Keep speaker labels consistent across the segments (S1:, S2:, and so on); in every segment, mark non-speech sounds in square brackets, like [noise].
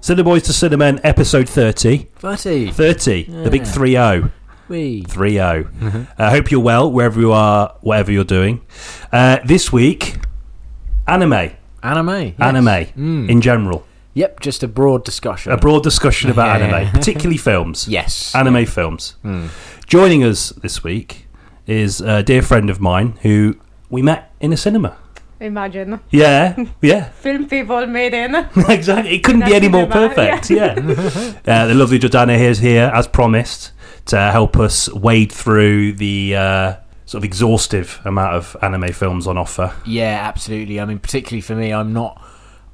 S1: Silly Boys to Cinnamon, episode 30.
S2: Buddy,
S1: 30, the big
S2: Yeah. Mm-hmm.
S1: 3 0.
S2: we.
S1: 3 0. I hope you're well, wherever you are, whatever you're doing. Uh, this week, anime.
S2: Anime. yes.
S1: Anime
S2: Mm.
S1: in general.
S2: Yep, just a broad discussion.
S1: A broad discussion about
S2: [laughs] Yeah.
S1: anime, particularly films.
S2: [laughs] yes.
S1: Anime films.
S2: Mm.
S1: Joining us this week is a dear friend of mine who we met in a
S2: [laughs]
S1: cinema.
S3: Imagine.
S1: Yeah, yeah,
S3: Film people made in.
S1: [laughs] exactly. It couldn't be
S3: That's
S1: any more
S3: cinema,
S1: perfect. Yeah. [laughs] uh, the lovely Jordana is here, as promised, to help us wade through the uh, sort of exhaustive amount of anime films on offer.
S2: Yeah, absolutely. I mean, particularly for me, I'm not.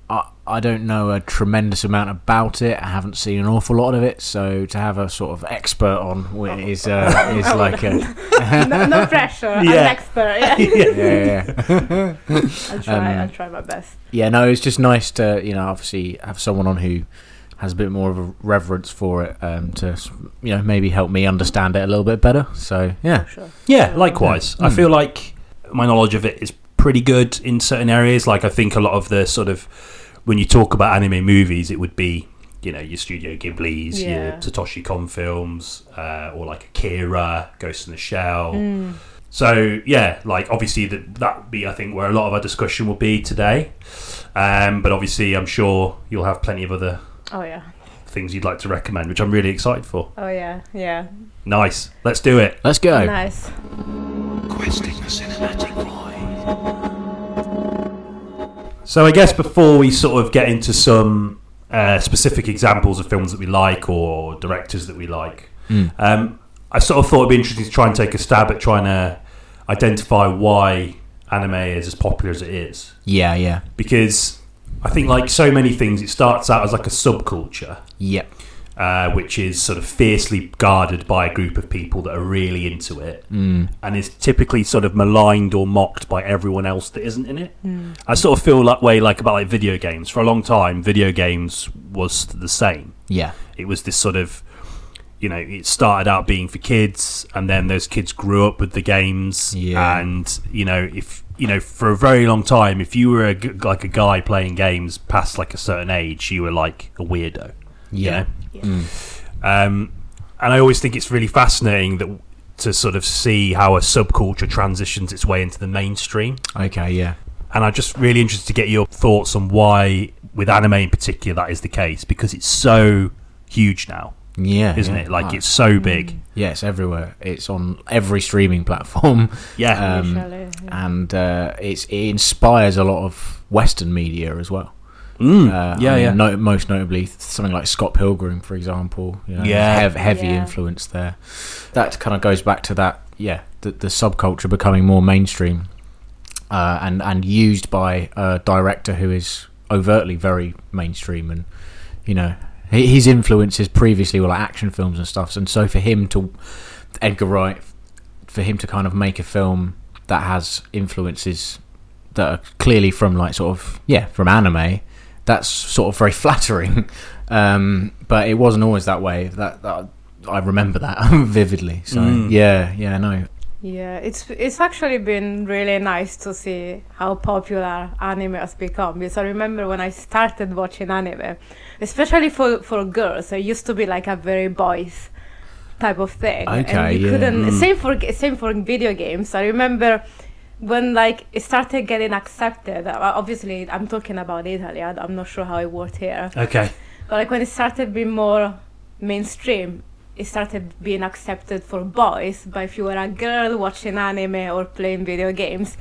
S2: I, I don't know a tremendous amount about it. I haven't seen an awful lot of it, so to have a sort of expert on what it
S1: [laughs]
S2: is uh, is like a
S3: No, no pressure. I'm
S1: Yeah.
S3: an expert. Yeah.
S1: yeah.
S2: [laughs] yeah, yeah.
S3: I'll try.
S2: Um,
S3: I'll try my best.
S2: yeah. No, it's just nice to you know obviously have someone on who has a bit more of a reverence for it um, to s- you know maybe help me understand it a little bit better. So yeah,
S3: For sure.
S1: Yeah, likewise. I
S2: Hmm.
S1: feel like my knowledge of it is pretty good in certain areas. Like, I think a lot of the sort of when you talk about anime movies, it would be you know your Studio Ghibli's, your
S3: Yeah.
S1: Satoshi Kon films, uh, or like Akira, Ghost in the Shell.
S3: Mm.
S1: So yeah, like obviously that that would be I think where a lot of our discussion will be today. Um, but obviously, I'm sure you'll have plenty of other
S3: Oh yeah.
S1: things you'd like to recommend, which I'm really excited for.
S3: Oh yeah. Yeah.
S1: Nice, let's do it.
S2: let's go.
S3: Nice.
S4: Questing the cinematic void.
S1: So I guess before we sort of get into some uh, specific examples of films that we like or directors that we like,
S2: Mm.
S1: um, I sort of thought it'd be interesting to try and take a stab at trying to identify why anime is as popular as it is.
S2: Yeah, yeah,
S1: Because I think, like so many things, it starts out as like a subculture,
S2: yep.
S1: uh, which is sort of fiercely guarded by a group of people that are really into it
S2: Mm.
S1: and is typically sort of maligned or mocked by everyone else that isn't in it. I sort of feel that way like about like video games. For a long time, video games was the same.
S2: Yeah,
S1: It was this sort of you know, it started out being for kids and then those kids grew up with the games
S2: Yeah.
S1: and you know, if you know, for a very long time if you were a g like a guy playing games past like a certain age, you were like a weirdo. you
S2: yeah,
S1: know? Um, and I always think it's really fascinating that to sort of see how a subculture transitions its way into the mainstream.
S2: okay, yeah.
S1: And I'm just really interested to get your thoughts on why, with anime in particular, that is the case because it's so huge now,
S2: Yeah,
S1: isn't
S2: yeah.
S1: it? Like
S2: Ah,
S1: it's so big.
S2: yeah, it's everywhere. It's on every streaming platform,
S1: Yeah,
S2: Um,
S3: Usually, yeah.
S2: and uh, it's it inspires a lot of Western media as well.
S1: Mm.
S2: Uh,
S1: yeah,
S2: I mean,
S1: yeah.
S2: No, most notably, something like Scott Pilgrim, for example. You know,
S1: Yeah.
S2: hev- heavy
S3: Yeah.
S2: influence there. That kind of goes back to that. Yeah, the, the subculture becoming more mainstream, uh, and and used by a director who is overtly very mainstream, and you know hi- his influences previously were like action films and stuff. And so for him to Edgar Wright, for him to kind of make a film that has influences that are clearly from like sort of yeah from anime that's sort of very [laughs] flattering um but it wasn't always that way that, that i remember that [laughs] vividly so
S1: Mm.
S2: yeah yeah no
S3: yeah. It's it's actually been really nice to see how popular anime has become. Because I remember when I started watching anime, especially for for girls, it used to be like a very boys type of thing.
S2: Okay,
S3: and
S2: yeah.
S3: you
S2: hmm.
S3: couldn't
S1: Mm.
S3: same for same for video games. I remember when like it started getting accepted. uh, Obviously, I'm talking about Italy. I- I'm not sure how it worked here,
S1: okay. [laughs]
S3: but like when it started being more mainstream, it started being accepted for boys. But if you were a girl watching anime or playing video games,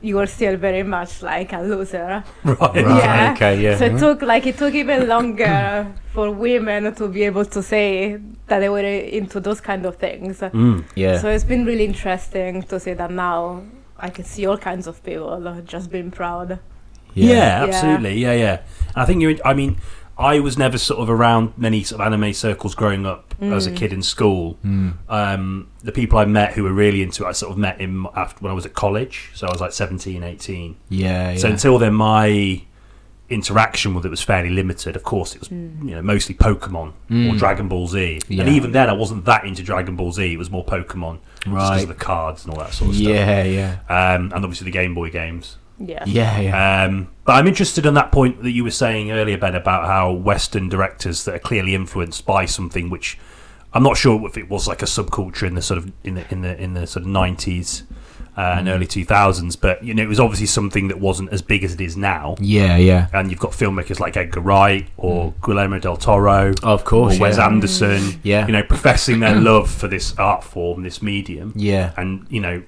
S3: you were still very much like a loser.
S1: Right.
S3: Yeah.
S2: okay yeah Mm-hmm.
S3: So it took like it took even longer for women to be able to say that they were into those kind of things.
S1: Mm.
S2: yeah
S3: So it's been really interesting to see that now I can see all kinds of people just being proud.
S1: Yeah.
S2: yeah
S1: absolutely. Yeah, yeah. I think you're. I mean, I was never sort of around many sort of anime circles growing up as a kid in school.
S2: Mm.
S1: um, the people I met who were really into it, I sort of met him after when I was at college. So I was like 17, 18.
S2: yeah, yeah.
S1: So until then, my interaction with it was fairly limited. Of course, it was you know mostly Pokemon or
S2: Mm.
S1: Dragon Ball Z.
S2: Yeah.
S1: And even then, I wasn't that into Dragon Ball Z. It was more Pokemon, just 'cause
S2: Right.
S1: of the cards and all that sort of stuff.
S2: yeah yeah
S1: Um, and obviously the Game Boy games.
S3: Yeah.
S2: Yeah, yeah.
S1: Um, but I'm interested in that point that you were saying earlier, Ben, about how Western directors that are clearly influenced by something which I'm not sure if it was like a subculture in the sort of in the in the in the sort of 90s uh, and
S2: Mm.
S1: early 2000s, but you know it was obviously something that wasn't as big as it is now.
S2: Yeah, yeah.
S1: And you've got filmmakers like Edgar Wright or Guillermo del Toro,
S2: Mm. Of course.
S1: or Wes
S2: yeah.
S1: Anderson,
S2: Yeah.
S1: you know, professing
S2: [clears throat]
S1: their love for this art form, this medium
S2: yeah.
S1: and you know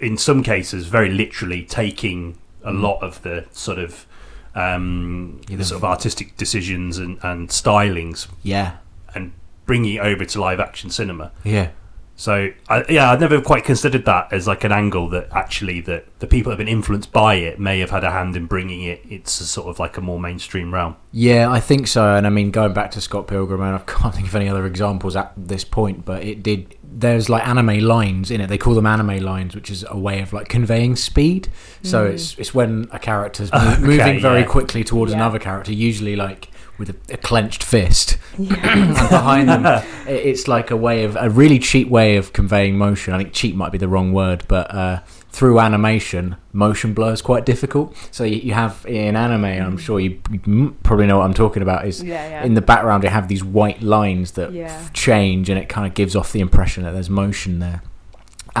S1: in some cases very literally taking a lot of the sort of um,
S2: Yeah,
S1: the
S2: the-
S1: sort of artistic decisions and, and stylings
S2: Yeah.
S1: and bringing it over to live action cinema
S2: Yeah.
S1: so I, yeah i've never quite considered that as like an angle that actually that the people that have been influenced by it may have had a hand in bringing it it's a sort of like a more mainstream realm
S2: Yeah, I think so. And I mean, going back to Scott Pilgrim, and I [laughs] can't think of any other examples at this point, but it did. There's like anime lines in it. They call them anime lines, which is a way of like conveying speed. So it's it's when a character's mo-
S1: Okay,
S2: moving very
S1: yeah.
S2: quickly towards
S3: Yeah.
S2: another character, usually like with a, a clenched fist,
S3: Yeah.
S2: [clears throat] and behind them, i- it's like a way of a really cheap way of conveying motion. I think cheap might be the wrong word, but uh, through animation, motion blur is quite difficult. So you, you have in anime, I'm sure you, you m- probably know what I'm talking about. Is
S3: Yeah, yeah.
S2: in the background you have these white lines that
S3: Yeah.
S2: f- change, and it kind of gives off the impression that there's motion there,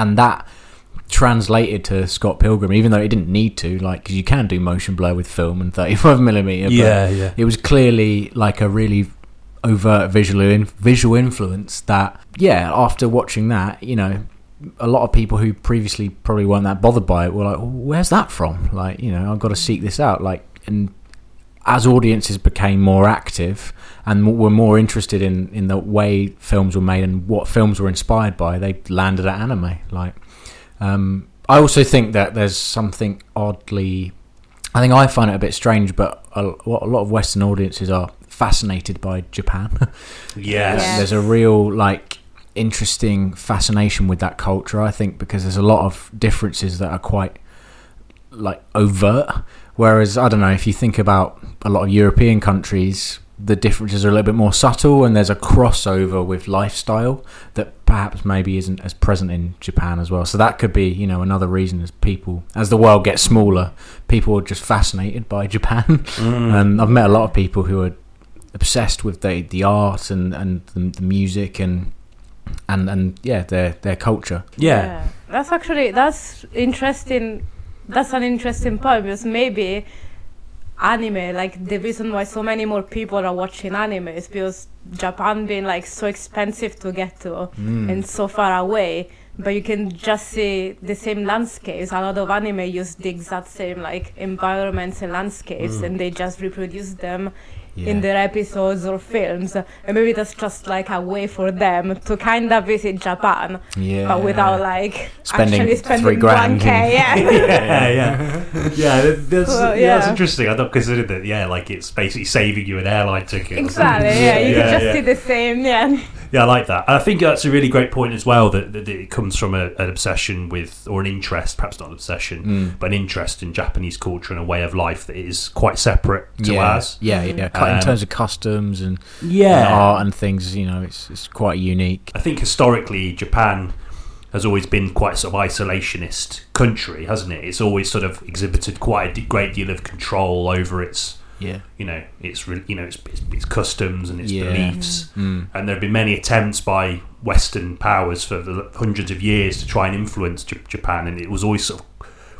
S2: and that translated to Scott Pilgrim, even though it didn't need to, like because you can do motion blur with film and 35 millimeter.
S1: yeah
S2: It was clearly like a really overt visual in, visual influence that yeah after watching that you know a lot of people who previously probably weren't that bothered by it were like where's that from like you know I've got to seek this out like and as audiences became more active and mo- were more interested in in the way films were made and what films were inspired by they landed at anime like um I also think that there's something oddly I think I find it a bit strange, but a, what a lot of Western audiences are fascinated by Japan. [laughs]
S1: yes
S3: Yeah.
S2: there's a real like interesting fascination with that culture. I think because there's a lot of differences that are quite like overt. Whereas I don't know if you think about a lot of European countries, the differences are a little bit more subtle, and there's a crossover with lifestyle that perhaps maybe isn't as present in Japan as well. So that could be you know another reason as people as the world gets smaller, people are just fascinated by [laughs] Japan.
S1: Mm.
S2: And I've met a lot of people who are obsessed with the the art and and the, the music and and and yeah their their culture.
S1: yeah
S3: That's actually that's interesting. That's an interesting point because maybe anime, like the reason why so many more people are watching anime is because Japan being like so expensive to get to and so far away, but you can just see the same landscapes. A lot of anime use the exact same like environments and landscapes, and they just reproduce them in their episodes or films. And maybe that's just like a way for them to kind of visit Japan,
S2: Yeah.
S3: but without like
S2: Spending
S3: actually spending
S2: three grand [laughs]
S3: 1K.
S1: [laughs]
S3: Yeah. [laughs]
S1: yeah, yeah, yeah. that- That's,
S3: Well,
S1: yeah, that's
S3: yeah.
S1: interesting. I'd not considered that. Yeah, like it's basically saving you an airline ticket. or
S3: exactly.
S1: something.
S3: Yeah, you
S1: yeah,
S3: can just
S1: yeah.
S3: see the same. Yeah.
S1: Yeah, I like that. And I think that's a really great point as well. That, that it comes from a, an obsession with, or an interest, perhaps not an obsession, but an interest in Japanese culture and a way of life that is quite separate to
S2: yeah.
S1: ours.
S2: yeah, yeah.
S1: Um,
S2: Cu- in terms of customs and, and
S1: Yeah,
S2: art and things, you know, it's it's quite unique.
S1: I think historically Japan has always been quite a sort of isolationist country, hasn't it? It's always sort of exhibited quite a d- great deal of control over its
S2: Yeah,
S1: you know it's re- you know it's, it's, it's customs and its
S2: Yeah.
S1: beliefs and there have been many attempts by western powers for the hundreds of years to try and influence J- japan and it was always sort of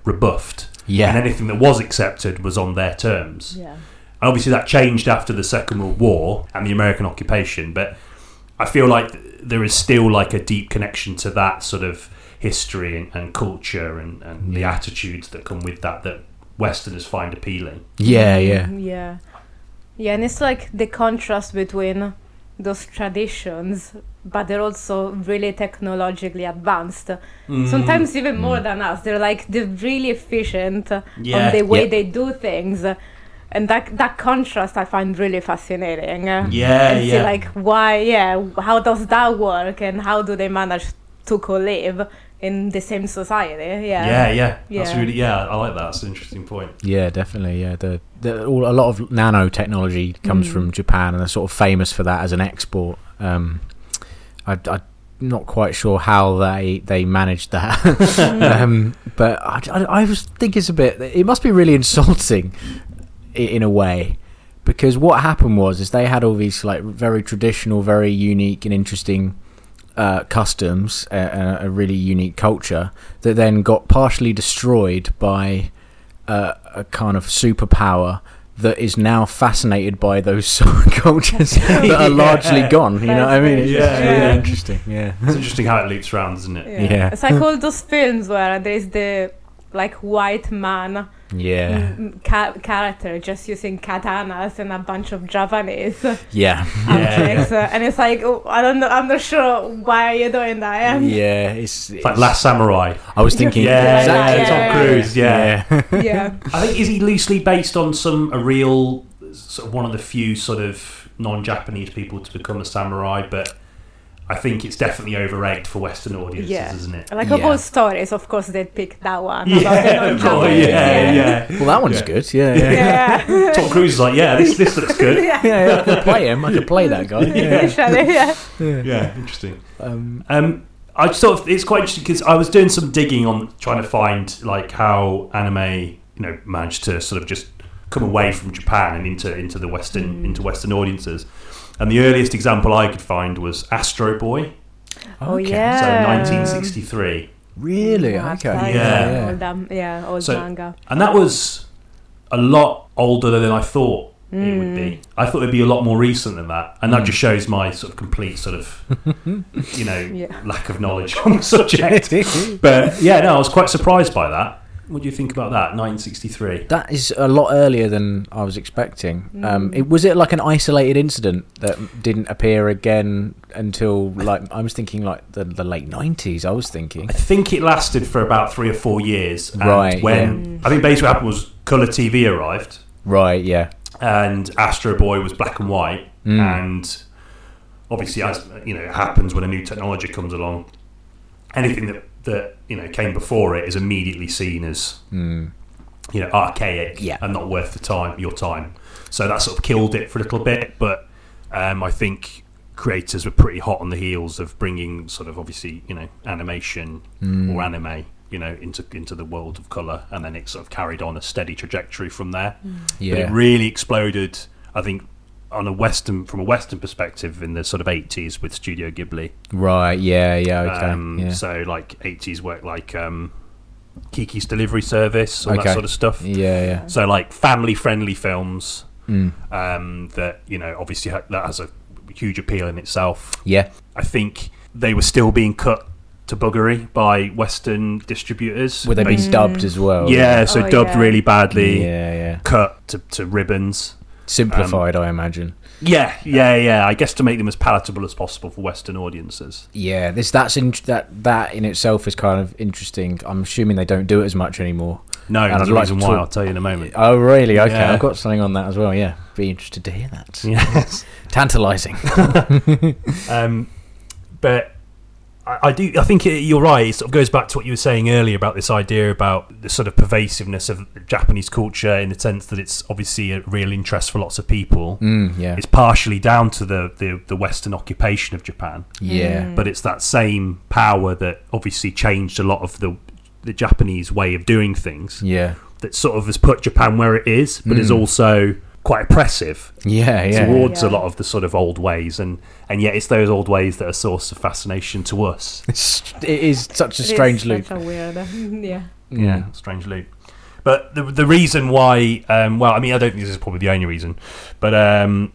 S1: rebuffed
S2: Yeah.
S1: and anything that was accepted was on their terms
S3: Yeah.
S1: and obviously that changed after the second world war and the american occupation but i feel like th- there is still like a deep connection to that sort of history and, and culture and, and the attitudes that come with that that westerners find appealing
S2: yeah, yeah,
S3: Yeah. Yeah, and it's like the contrast between those traditions, but they're also really technologically advanced.
S1: Mm.
S3: Sometimes even more than us. They're like they're really efficient
S1: Yeah.
S3: on the way
S2: Yeah.
S3: they do things. And that that contrast I find really fascinating. Yeah,
S1: Yeah,
S3: and see
S1: Uh, yeah.
S3: like why yeah, how does that work and how do they manage to co-live in the same society? Yeah.
S1: Yeah, yeah, That's
S3: Yeah.
S1: really yeah. I like that. That's an interesting point.
S2: yeah, definitely. Yeah, the, the all, a lot of nanotechnology comes from Japan, and they're sort of famous for that as an export. Um, I, I not quite sure how they they managed that. um, but I, I, I was think it's a bit. It must be really insulting, i- in a way, because what happened was is they had all these like very traditional, very unique and interesting uh, customs, a, a really unique culture that then got partially destroyed by uh, a kind of superpower. That is now fascinated by those [laughs] cultures that are largely
S1: Yeah.
S2: gone. You know what I mean? It's just
S1: Yeah.
S2: really
S1: Yeah.
S2: interesting. Yeah.
S1: It's interesting how it loops around, isn't it?
S3: Yeah.
S2: Yeah.
S3: It's like all those films where there's the like white man
S2: Yeah.
S3: mm, ca- character just using katanas and a bunch of Javanese
S2: Yeah.
S3: objects, uh, and it's like oh, I don't know, I'm not sure why are you doing that. Um,
S2: Yeah. It's,
S1: It's like Last Samurai.
S2: I was thinking.
S1: Yeah,
S3: Exactly.
S1: yeah, Tom Cruise. Yeah.
S3: [laughs] yeah.
S1: I think is he loosely based on some a real sort of one of the few sort of non-Japanese people to become a samurai, but I think it's definitely overrated for Western audiences,
S3: Yeah.
S1: isn't it?
S3: Like of
S2: Yeah.
S3: all stories, of course they picked that one. about the
S1: of course,
S3: non-Japanese,
S1: Oh, yeah, yeah.
S2: Well, that one's
S1: Yeah.
S2: good. Yeah. Yeah.
S3: [laughs] yeah. [laughs]
S1: Tom Cruise is like, yeah, this this looks good.
S3: yeah.
S2: [laughs] yeah, yeah, I could play him. I could play that guy. Yeah.
S3: Literally, [laughs] yeah.
S1: yeah, interesting.
S2: [laughs] Um,
S1: Um, I sort of it's quite interesting because I was doing some digging on trying to find like how anime you know managed to sort of just come away from Japan and into into the Western
S3: Mm.
S1: into Western audiences. And the earliest example I could find was Astro Boy,
S3: Oh
S2: okay.
S3: yeah.
S1: so 1963,
S2: Really?
S3: Yeah,
S2: Okay.
S3: like
S1: Yeah.
S3: Old, um, yeah, old
S1: So-
S3: manga.
S1: and that was a lot older than I thought it would
S3: Mm.
S1: be. I thought it'd be a lot more recent than that, and that just shows my sort of complete sort
S3: [laughs]
S1: of you know
S3: Yeah.
S1: lack of knowledge [laughs] on the subject. But yeah, no, I was quite surprised by that. What do you think about that? 1963.
S2: [laughs] That is a lot earlier than I was expecting. Um,
S1: Mm.
S2: it, was it like an isolated incident that didn't appear again until like I was thinking like the, the late nineties. I was thinking.
S1: I think it lasted for about three or four years. And
S2: Right,
S1: When I think basically what happened was color TV arrived,
S2: Right. Yeah.
S1: and Astro Boy was black and white, and obviously, as you know, it happens when a new technology comes along, anything that that you know came before it is immediately seen as you know archaic
S2: Yeah.
S1: and not worth the time your time. So that sort of killed it for a little bit, but um, I think creators were pretty hot on the heels of bringing sort of obviously you know animation or anime you know into into the world of color, and then it sort of carried on a steady trajectory from there. But it
S2: Yeah.
S1: really exploded, I think, on a western from a western perspective in the sort of eighties with Studio Ghibli.
S2: Right. Yeah. Yeah. Okay.
S1: Um,
S2: yeah.
S1: So like eighties work like um, Kiki's Delivery Service, all
S2: Okay.
S1: that sort of stuff.
S2: yeah. Yeah.
S1: So like family friendly films
S2: Mm.
S1: um, that you know obviously ha- that has a huge appeal in itself.
S2: Yeah.
S1: I think they were still being cut to buggery by Western distributors.
S2: Were they being
S1: Bas-
S2: dubbed as well?
S1: Yeah, so
S3: Oh,
S1: dubbed
S3: yeah.
S1: really badly,
S2: Yeah, yeah.
S1: cut to, to ribbons. Um,
S2: Simplified, I imagine.
S1: Yeah, yeah, yeah. I guess to make them as palatable as possible for Western audiences.
S2: Yeah, this that's in, that that in itself is kind of interesting. I'm assuming they don't do it as much anymore.
S1: No,
S2: And
S1: and
S2: I'd
S1: the
S2: like
S1: reason
S2: to
S1: why
S2: talk-
S1: I'll tell you in a moment.
S2: Oh, really? Okay,
S1: Yeah.
S2: I've got something on that as well. Yeah, be interested to hear that.
S1: [laughs] Yes,
S2: Tantalizing. [laughs]
S1: um, but I, I do. I think it, you're right. It sort of goes back to what you were saying earlier about this idea about the sort of pervasiveness of Japanese culture in the sense that it's obviously a real interest for lots of people.
S2: Mm, yeah,
S1: It's partially down to the, the, the Western occupation of Japan.
S2: yeah,
S3: Mm.
S1: but it's that same power that obviously changed a lot of the the Japanese way of doing things
S2: yeah,
S1: that sort of has put Japan where it is, but is also quite oppressive
S2: yeah, yeah.
S1: towards a
S3: Yeah.
S1: lot of the sort of old ways, and and yet it's those old ways that are a source of fascination to us.
S2: It's, it is such a
S3: It is
S2: strange loop. Mm.
S3: Such a weird. [laughs] yeah.
S1: Yeah, strange loop. But the the reason why, um, well, I mean, I don't think this is probably the only reason, but um,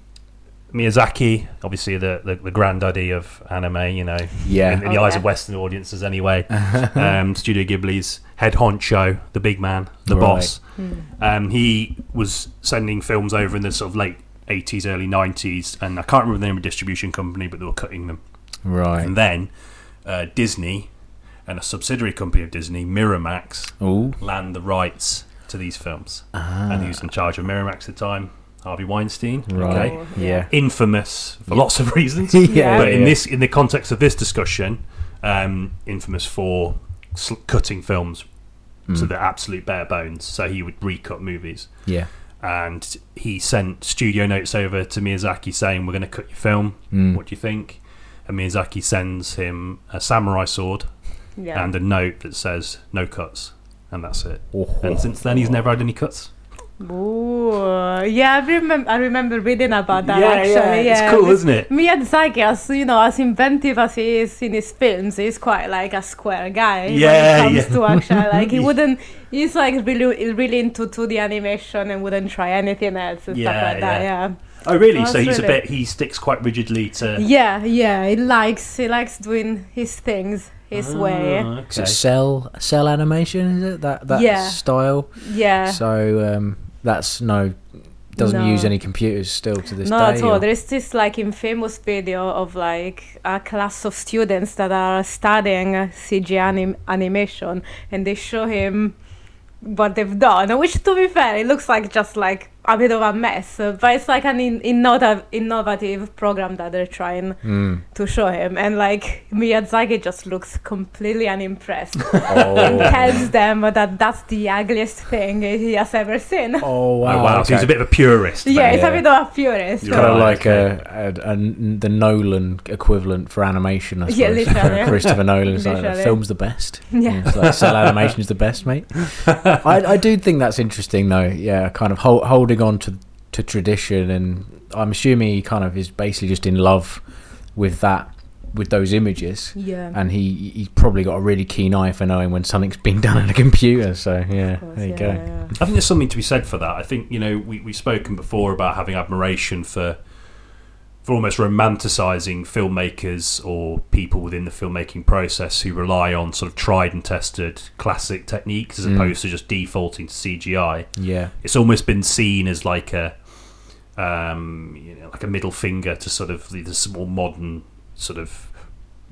S1: Miyazaki, obviously the, the the granddaddy of anime, you know,
S2: Yeah.
S1: in, in the
S3: Oh,
S1: eyes
S3: yeah.
S1: of Western audiences anyway. [laughs] um, Studio Ghibli's head honcho, the big man, the
S2: Right.
S1: boss.
S3: Hmm.
S1: Um, he was sending films over in the sort of late. 80s, early 90s, and I can't remember the name of the distribution company, but they were cutting them.
S2: Right.
S1: And then uh, Disney and a subsidiary company of Disney, Miramax,
S2: Ooh.
S1: land the rights to these films.
S2: Ah.
S1: And he was in charge of Miramax at the time, Harvey Weinstein.
S2: Right.
S1: Okay.
S2: Yeah. [laughs]
S1: Infamous for lots of [laughs] reasons.
S2: Yeah,
S1: But in
S2: yeah.
S1: this, in the context of this discussion, um, infamous for sl- cutting films to the absolute bare bones. So he would recut movies,
S2: Yeah.
S1: and Hmm. he sent studio notes over to Miyazaki saying, "We're going to cut your film. What do you think?" and Miyazaki sends him a samurai sword
S3: Yeah.
S1: and a note that says no cuts, and that's it.
S2: Oh.
S1: And since then, he's never had any cuts.
S3: Ooh, yeah, I remember. I remember reading about that. actually, yeah,
S1: it's cool, isn't it?
S3: Miyazaki, as you know, as inventive as he is in his films, he's quite like a square guy
S1: Yeah,
S3: when it comes
S1: yeah.
S3: to action.
S1: [laughs]
S3: Like he
S1: Yeah.
S3: wouldn't, he's like really, really into 2D animation and wouldn't try anything else and
S1: Yeah,
S3: stuff like that. Yeah,
S1: Oh, really?
S3: That's
S1: So he's a
S3: really-
S1: bit. He sticks quite rigidly to
S3: yeah, yeah. He likes, he likes doing his things his way.
S1: Ah,
S2: Is it
S1: okay.
S2: cell cell animation? Is it that that
S3: Yeah.
S2: style?
S3: Yeah.
S2: So um, that's no doesn't
S3: No.
S2: use any computers still to this
S3: no,
S2: day.
S3: at all.
S2: or-
S3: There is this like infamous video of like a class of students that are studying CG anim- animation, and they show him what they've done. Which, to be fair, it looks like just like a bit of a mess, uh, but it's like an in- innov- innovative program that they're trying [laughs]
S2: Mm.
S3: to show him, and like Miyazaki just looks completely
S2: [laughs]
S3: unimpressed and
S2: Oh.
S3: tells them that that's the ugliest thing he has ever seen.
S2: oh
S1: Oh,
S2: wow!
S1: wow, so he's a
S2: okay.
S1: bit of a purist. then.
S3: Yeah, it's a
S2: Yeah.
S3: bit of a furist.
S1: You're
S2: kind
S1: Right,
S2: of like
S1: okay.
S2: a, a, a- the Nolan equivalent for animation. I
S3: Yeah,
S2: suppose.
S3: literally.
S2: [laughs] Christopher Nolan's like the
S3: Literally.
S2: film's the best.
S3: [laughs] Yeah.
S2: It's like, cell animation's the best, mate. I, I do think that's interesting, though. Yeah, kind of hol- holding on to to tradition, and I'm assuming he kind of is basically just in love with that, with those images,
S3: Yeah.
S2: and he he's probably got a really keen eye for knowing when something's been done on a computer. So yeah,
S3: course,
S2: there you
S3: yeah,
S2: go.
S3: yeah, yeah.
S1: I think there's something to be said for that. I think you know we we've spoken before about having admiration for for almost romanticising filmmakers or people within the filmmaking process who rely on sort of tried and tested classic techniques as
S2: Mm.
S1: opposed to just defaulting to CGI.
S2: Yeah,
S1: It's almost been seen as like a um, you know like a middle finger to sort of the, the more modern sort of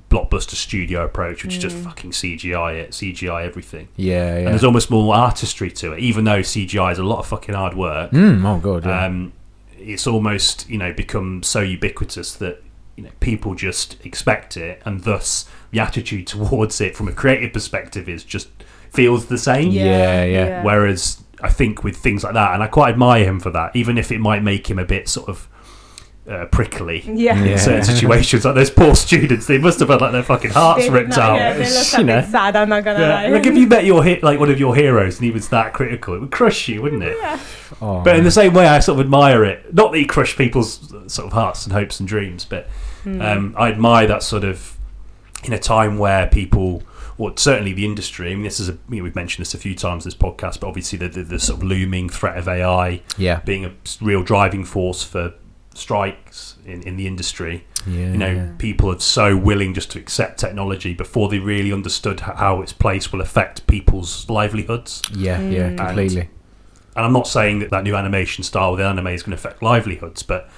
S1: blockbuster studio approach, which is just fucking CGI it, CGI everything
S2: yeah,
S1: and
S2: yeah.
S1: there's almost more artistry to it. Even though CGI is a lot of fucking hard work,
S2: Mm, oh god, yeah.
S1: um, it's almost you know become so ubiquitous that you know people just expect it, and thus the attitude [laughs] towards it from a creative perspective is just feels the same.
S2: Yeah, yeah.
S3: yeah.
S1: Whereas I think with things like that, and I quite admire him for that, even if it might make him a bit sort of uh, prickly.
S3: Yeah. [laughs]
S1: In
S2: Yeah.
S1: certain situations, like those poor students, they must have had like their fucking hearts
S3: They-
S1: ripped
S3: no,
S1: out.
S3: Yeah,
S2: [laughs]
S3: they look
S2: You
S3: a
S2: know.
S3: bit sad, I'm not gonna
S1: Yeah,
S3: lie.
S1: like if you met your he- like one of your heroes and he was that critical, it would crush you, wouldn't it?
S2: Oh,
S1: Uh, But in the same way, I sort of admire it. Not that he crushed people's sort of hearts and hopes and dreams, but
S3: Hmm. Mm.
S1: um, I admire that sort of in a time where people, or certainly the industry. I mean, this is a you know, we've mentioned this a few times in this podcast, but obviously the, the, the sort of looming threat of AI
S2: yeah,
S1: being a real driving force for strikes in, in the industry
S2: yeah,
S1: you know
S2: yeah.
S1: people are so willing just to accept technology before they really understood h- how its place will affect people's livelihoods
S2: yeah, yeah, completely.
S1: and i'm not saying that that new animation style with anime is going to affect livelihoods but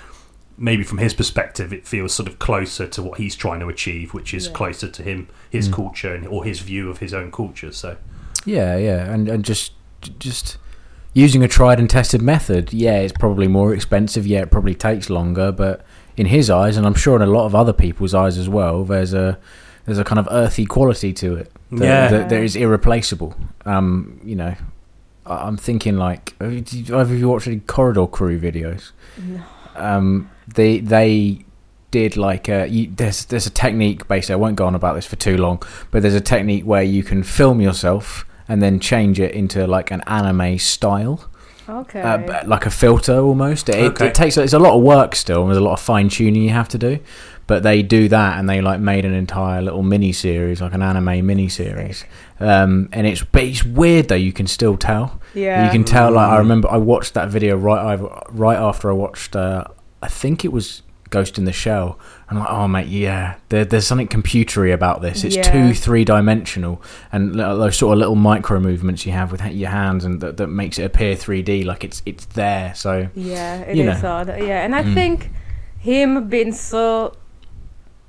S1: maybe from his perspective it feels sort of closer to what he's trying to achieve which is
S3: Yeah.
S1: closer to him his
S2: Mm.
S1: culture and, or his view of his own culture so
S2: Yeah, yeah, and and just just using a tried and tested method. Yeah, it's probably more expensive. Yeah, it probably takes longer, but in his eyes, and I'm sure in a lot of other people's eyes as well, there's a there's a kind of earthy quality to it. That,
S1: Yeah.
S2: that, that is irreplaceable. Um, you know, I- I'm thinking like, have you- did either of you watched any Corridor Crew videos?
S3: No.
S2: Um, they they did like a, you, there's there's a technique basically. I won't go on about this for too long, but there's a technique where you can film yourself and then change it into like an anime style,
S3: okay.
S2: uh, b- like a filter almost. It,
S1: Okay.
S2: it takes it's a lot of work still, and there's a lot of fine tuning you have to do. But they do that, and they like made an entire little mini series, like an anime mini series. Um, and it's but it's weird though. You can still tell.
S3: yeah.
S2: You can tell. Like I
S1: Mm.
S2: remember, I watched that video right i right after I watched. Uh, I think it was Ghost in the Shell. I'm like, oh mate, yeah. There, there's something computery about this. It's
S3: Yeah.
S2: too three dimensional, and li- uh, those sort of little micro movements you have with ha- your hands, and that, that makes it appear 3D. Like it's it's there. So
S3: yeah, it
S2: you
S3: is
S2: know.
S3: odd. Yeah, and I
S2: Mm.
S3: think him being so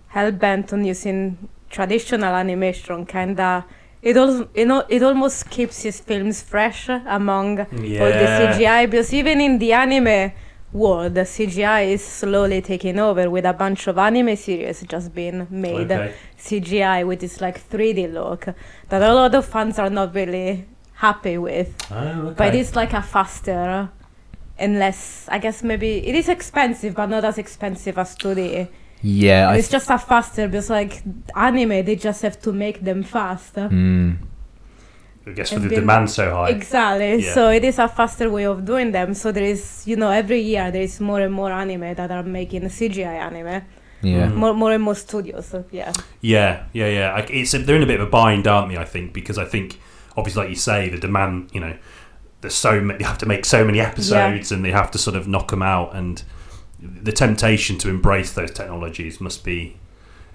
S3: hell bent on using traditional animation kinda it also you know it almost keeps his films fresh among all the CGI because even in the anime world, the CGI is slowly taking over with a bunch of anime series just being made
S1: Okay.
S3: CGI with this like 3D look that a lot of fans are not really happy with.
S1: Oh, okay.
S3: But it's like a faster and less, I guess maybe it is expensive, but not as expensive as 2D.
S2: Yeah, I
S3: it's just a faster because like anime they just have to make them faster.
S2: Mm.
S1: I guess
S3: And
S1: with the
S3: then-
S1: demand so high.
S3: Exactly.
S1: Yeah.
S3: So it is a faster way of doing them. So there is, you know, every year there is more and more anime that are making CGI anime.
S2: Yeah.
S1: Mm.
S3: More, more and more studios. So, yeah.
S1: Yeah, yeah, yeah. Like, It's they're in a bit of a bind, aren't they? I think because I think obviously, like you say, the demand. You know, there's so many. They have to make so many episodes, and they have to sort of knock them out. And the temptation to embrace those technologies must be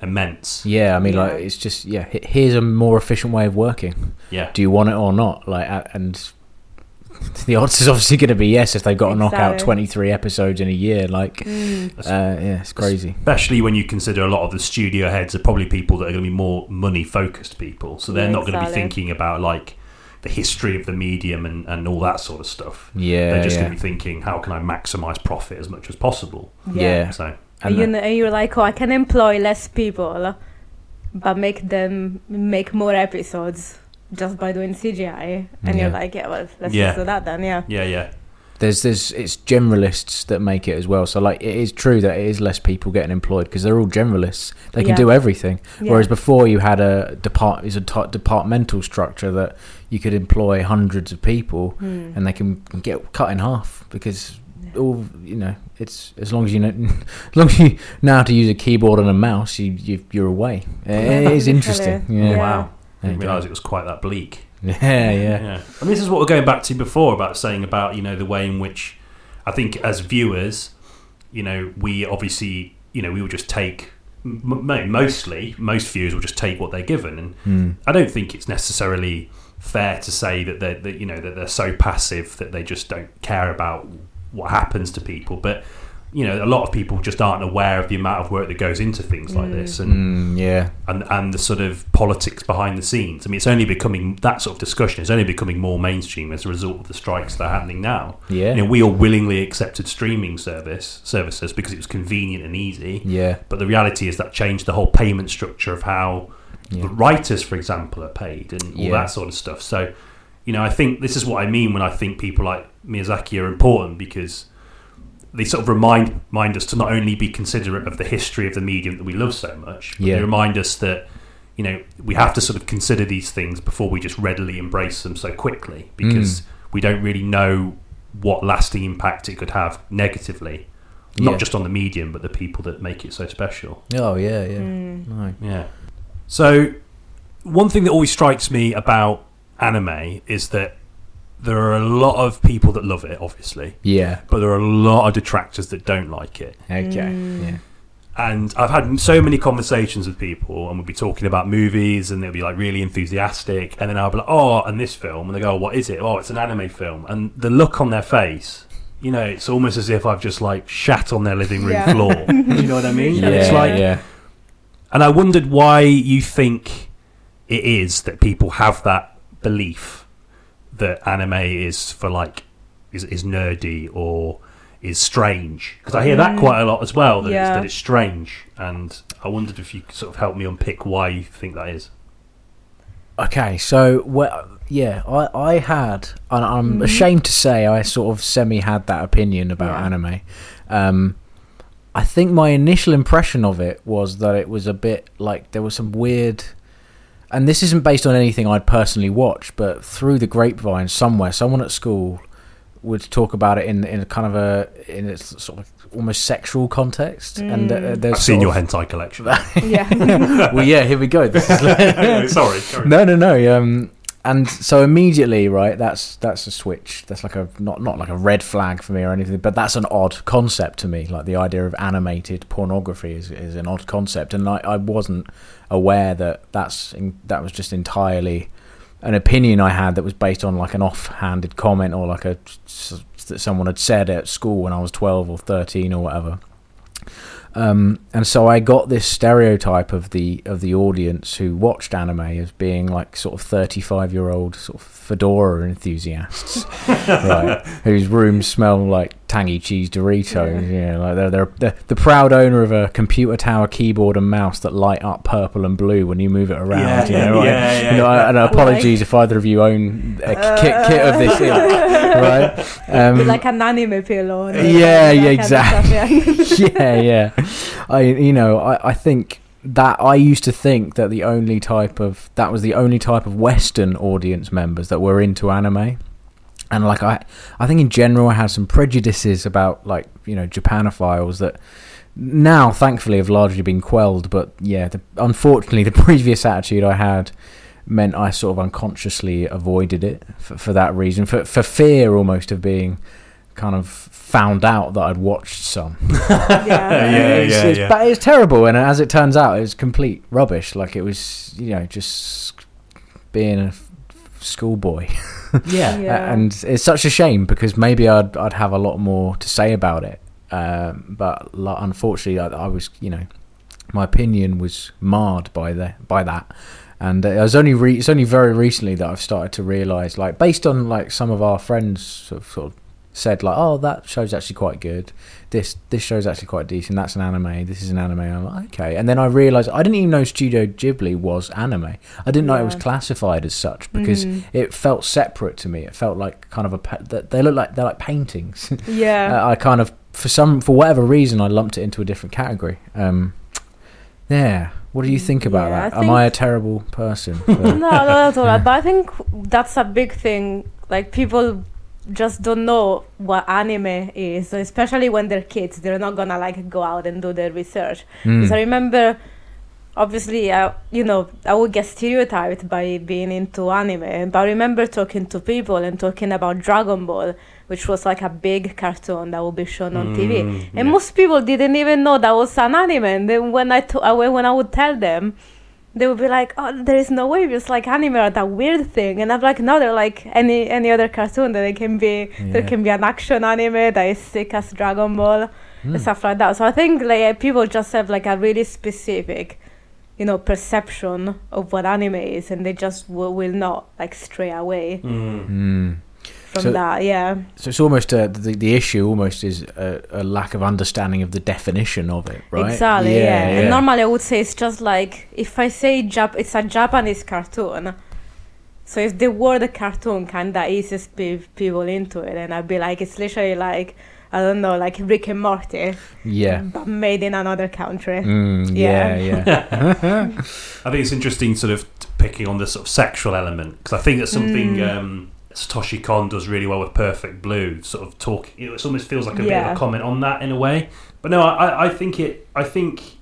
S1: immense.
S2: Yeah, I mean,
S3: Yeah.
S2: like it's just yeah. he- Here's a more efficient way of working.
S1: Yeah,
S2: Do you want it or not? Like, a- and the odds is obviously going to be yes if they've got to knock out
S3: Exactly.
S2: 23 episodes in a year. Like, uh,
S3: Mm.
S2: yeah, it's crazy.
S1: especially when you consider a lot of the studio heads are probably people that are going to be more money focused people, so they're
S3: Yeah,
S1: not going to be
S3: exactly.
S1: thinking about like the history of the medium and, and all that sort of stuff.
S2: Yeah,
S1: they're just
S2: yeah.
S1: going to be thinking, how can I maximize profit as much as possible?
S2: yeah.
S1: So
S2: And
S3: you
S2: the-
S3: know, and you're like, oh, I can employ less people, but make them make more episodes just by doing CGI. And you're
S2: Yeah.
S3: like, yeah, well, let's
S1: Yeah.
S3: just do that then.
S2: [laughs]
S3: Yeah.
S1: yeah, yeah.
S2: there's there's it's generalists that make it as well. So like, it is true that it is less people getting employed because they're all generalists. They can
S3: Yeah.
S2: do everything.
S3: Yeah.
S2: Whereas before you had a depart is a t- departmental structure that you could employ hundreds of people
S3: Hmm.
S2: and they can get cut in half because all you know it's as long as you know [laughs] as long as you know how to use a keyboard and a mouse you, you you're
S3: [laughs]
S2: away it is interesting
S3: Literally.
S2: yeah
S3: Yeah.
S1: Wow. I
S2: There you
S1: didn't
S2: go.
S1: realise it was quite that bleak.
S2: [laughs] yeah yeah
S1: Yeah. And this is what we're going back to before about saying about, you know, the way in which I think as viewers, you know, we obviously, you know, we will just take, m- mo- mostly, most viewers will just take what they're given. And
S2: mm.
S1: I don't think it's necessarily fair to say that they're, that, you know, that they're so passive that they just don't care about what happens to people. But, you know, a lot of people just aren't aware of the amount of work that goes into things like this. And,
S2: Mm, yeah
S1: and and the sort of politics behind the scenes. I mean, it's only becoming that sort of discussion is only becoming more mainstream as a result of the strikes that are happening now.
S2: yeah
S1: You know, we all willingly accepted streaming service services because it was convenient and easy.
S2: yeah
S1: But the reality is that changed the whole payment structure of how
S2: yeah
S1: the writers, for example, are paid and all
S2: Yeah.
S1: that sort of stuff. So, you know, I think this is what I mean when I think people like Miyazaki are important because they sort of remind mind us to not only be considerate of the history of the medium that we love so much, but
S2: Yeah.
S1: they remind us that you know we have to sort of consider these things before we just readily embrace them so quickly
S2: Mm.
S1: because we don't really know what lasting impact it could have negatively,
S2: Yeah.
S1: not just on the medium but the people that make it so special.
S2: oh yeah yeah
S3: Mm.
S2: no.
S1: Yeah. So, one thing that always strikes me about anime is that there are a lot of people that love it, obviously,
S2: yeah
S1: but there are a lot of detractors that don't like it.
S2: okay
S3: Mm.
S2: yeah
S1: And I've had so many conversations with people, and we'll be talking about movies, and they'll be like really enthusiastic, and then I'll be like, "Oh, and this film," and they go, "What is it? Oh, it's an anime film." And the look on their face, you know, it's almost as if I've just like shat on their living room
S3: Yeah.
S1: floor. Do you know what I mean?
S2: yeah
S1: And it's like,
S2: yeah
S1: and I wondered why you think it is that people have that belief that anime is for like is, is nerdy or is strange because I hear that
S3: Mm.
S1: quite a lot as well that, it's,
S3: Yeah.
S1: that it's strange and I wondered if you could sort of help me unpick why you think that is.
S2: Okay, so well, yeah, I I had, and I'm
S3: Mhm.
S2: ashamed to say, I sort of semi had that opinion about
S3: Yeah.
S2: anime. Um, I think my initial impression of it was that it was a bit like there was some weird, and this isn't based on anything I'd personally watched, but through the grapevine somewhere, someone at school would talk about it in in a kind of a in a sort of almost sexual context, and uh,
S3: Mm.
S2: there's
S1: I've seen
S2: sort
S1: your
S2: of-
S1: hentai [laughs] collection.
S3: Yeah.
S2: well, yeah, here
S1: [laughs]
S2: we go. [laughs] This is
S1: Anyway, Sorry. carry on.
S2: no, no, no. Um, and so immediately, right? That's that's a switch. That's like a not not like a red flag for me or anything, but that's an odd concept to me. Like the idea of animated pornography is, is an odd concept, and I, I wasn't aware that that's in, that was just entirely an opinion I had that was based on like an offhanded comment or like a s- that someone had said at school when I was twelve or thirteen or whatever. Um, and so I got this stereotype of the of the audience who watched anime as being like sort of thirty five
S1: [laughs]
S2: year old sort of fedora enthusiasts, right? Whose rooms smell like tangy cheese Doritos. Yeah, like they're, they're they're the proud owner of a computer tower keyboard and mouse that light up purple and blue when you move it
S1: Yeah,
S2: around. you
S1: yeah,
S2: know,
S1: [laughs]
S2: right?
S1: yeah, yeah,
S2: You know,
S1: yeah.
S2: And apologies if either of you own a kit, kit of this,
S3: Uh. [laughs]
S2: yeah, [laughs] right? Um,
S3: like an anime pillow. and
S2: Yeah,
S3: all
S2: yeah,
S3: that [laughs] kind
S2: [laughs]
S3: of stuff,
S2: yeah, yeah. I, you know, I, I think that I used to think that the only type of that was the only type of Western audience members that were into anime, and like I, I think in general I had some prejudices about like you know Japanophiles that now thankfully have largely been quelled. But yeah, the, unfortunately, the [laughs] previous attitude I had meant I sort of unconsciously avoided it for, for that reason, for for fear almost of being kind of found out that I'd watched some.
S3: yeah. yeah.
S1: Yeah,
S2: it's,
S1: yeah,
S2: it's,
S1: yeah.
S2: But it's terrible, and as it turns out, it was complete rubbish. Like it was, you know, just being a f- schoolboy,
S1: yeah.
S3: Yeah.
S2: and it's such a shame because maybe I'd I'd have a lot more to say about it. Um, but lo- unfortunately, I, I was, you know, my opinion was marred by the by that. And uh, it was only re- it's only very recently that I've started to realise, like, based on like some of our friends sort of, sort of said, like, oh, that show's actually quite good. This this show's actually quite decent. That's an anime. This is an anime. I'm like, okay. And then I realised I didn't even know Studio Ghibli was anime. I didn't know it was
S3: Yeah.
S2: classified as such because
S3: Mhm.
S2: it felt separate to me. It felt like kind of a pa- that they look like they're like paintings.
S3: Yeah.
S2: Uh, [laughs] I kind of for some for whatever reason I lumped it into a different category. Um, yeah. What do you think about
S3: Mm, Yeah,
S2: that?
S3: I
S2: Am I a
S3: think-
S2: terrible person?
S3: [laughs]
S2: for-
S3: no, not at all. But I think that's a big thing. Like people just don't know what anime is, especially when they're kids. They're not gonna like go out and do their research.
S2: Mm.
S3: Because I remember, obviously, I, you know, I would get stereotyped by being into anime. But I remember talking to people and talking about Dragon Ball, which was like a big cartoon that would be shown on TV.
S1: Mm,
S3: And
S1: yeah.
S3: most people didn't even know that was an anime. And then when I, to- I- when I would tell them, they would be like, "Oh, there is no way it's like anime or that weird thing." And I'm like, "No, they're like any any other cartoon. That it can be there
S2: Yeah.
S3: can be an action anime that is sick as Dragon Ball
S2: Hmm.
S3: and stuff like that." So I think like people just have like a really specific, you know, perception of what anime is, and they just will, will not like stray away
S1: Mm.
S2: Mm.
S3: from
S2: So-
S3: that. Yeah,
S2: So it's almost a, the the issue almost is a, a lack of understanding of the definition of it, right?
S3: Exactly. Yeah. And normally I would say it's just like if I say Jap, it's a Japanese cartoon. So if the word cartoon kinda eases pe- people into it, and I'd be like, it's literally like I don't know, like Rick and Morty,
S2: yeah,
S3: [laughs] but made in another country.
S2: Mm, yeah, yeah.
S1: I think it's interesting, sort of t- picking on the sort of sexual element, because I think that's something um, Satoshi Kon does really well with Perfect Blue. Sort of talk, you know, it almost feels like a bit
S3: Yeah.
S1: of a comment on that in a way. But no, I, I- I think it. I think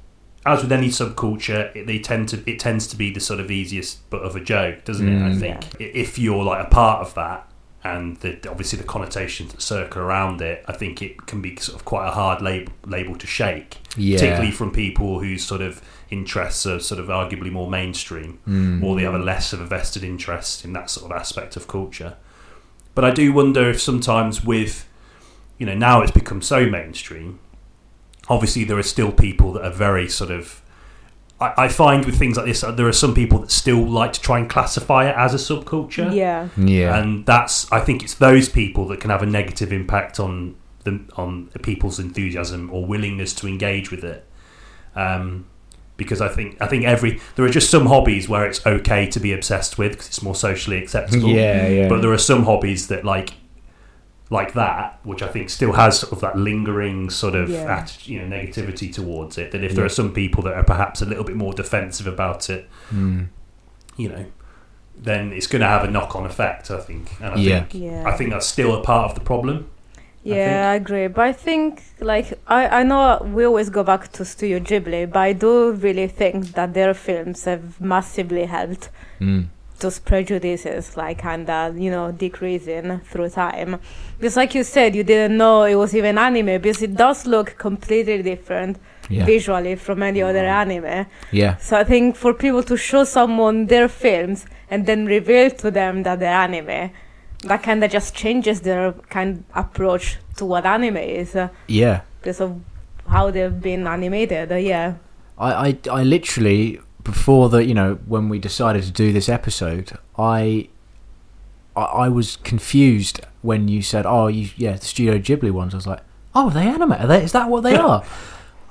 S1: as with any subculture, it, they tend to it tends to be the sort of easiest but of a joke, doesn't it? I
S2: Mm.
S1: think I if you're like a part of that. And the, obviously the connotations that circle around it, I think it can be sort of quite a hard label, label to shake
S2: Yeah.
S1: particularly from people whose sort of interests are sort of arguably more mainstream
S2: Mm.
S1: or they have a less of a vested interest in that sort of aspect of culture. But I do wonder if sometimes with you know now it's become so mainstream. Obviously, there are still people that are very sort of. I, I find with things like this, uh, there are some people that still like to try and classify it as a subculture.
S3: Yeah.
S1: [laughs]
S2: yeah,
S1: And that's I think it's those people that can have a negative impact on the on people's enthusiasm or willingness to engage with it. Um, because I think I think every there are just some hobbies where it's okay to be obsessed with because it's more socially acceptable.
S2: yeah, yeah.
S1: But there are some hobbies that like like that, which I think still has sort of that lingering sort of
S3: Yeah.
S1: atti- you know negativity towards it. That if there are some people that are perhaps a little bit more defensive about it,
S2: Mm.
S1: you know, then it's going to have a knock on effect. I think, and I
S2: Yeah.
S1: think
S3: Yeah.
S1: I think that's still a part of the problem.
S3: Yeah, I, agree. But I think, like, I, I know we always go back to Studio Ghibli, but I do really think that their films have massively helped
S2: Mm.
S3: those prejudices, like, kind of, you know, decreasing through time. Because, like you said, you didn't know it was even anime, because it does look completely different
S2: Yeah.
S3: visually from any other anime.
S2: yeah,
S3: So I think for people to show someone their films and then reveal to them that they're anime, that kind of just changes their kind approach to what anime is uh,
S2: yeah.
S3: because of how they've been animated. Uh, yeah,
S2: I, I, I literally before the you know when we decided to do this episode, I I, I was confused when you said, "Oh, you yeah, the Studio Ghibli ones." I was like, "Oh, are they anime? Are they, is that what they are?"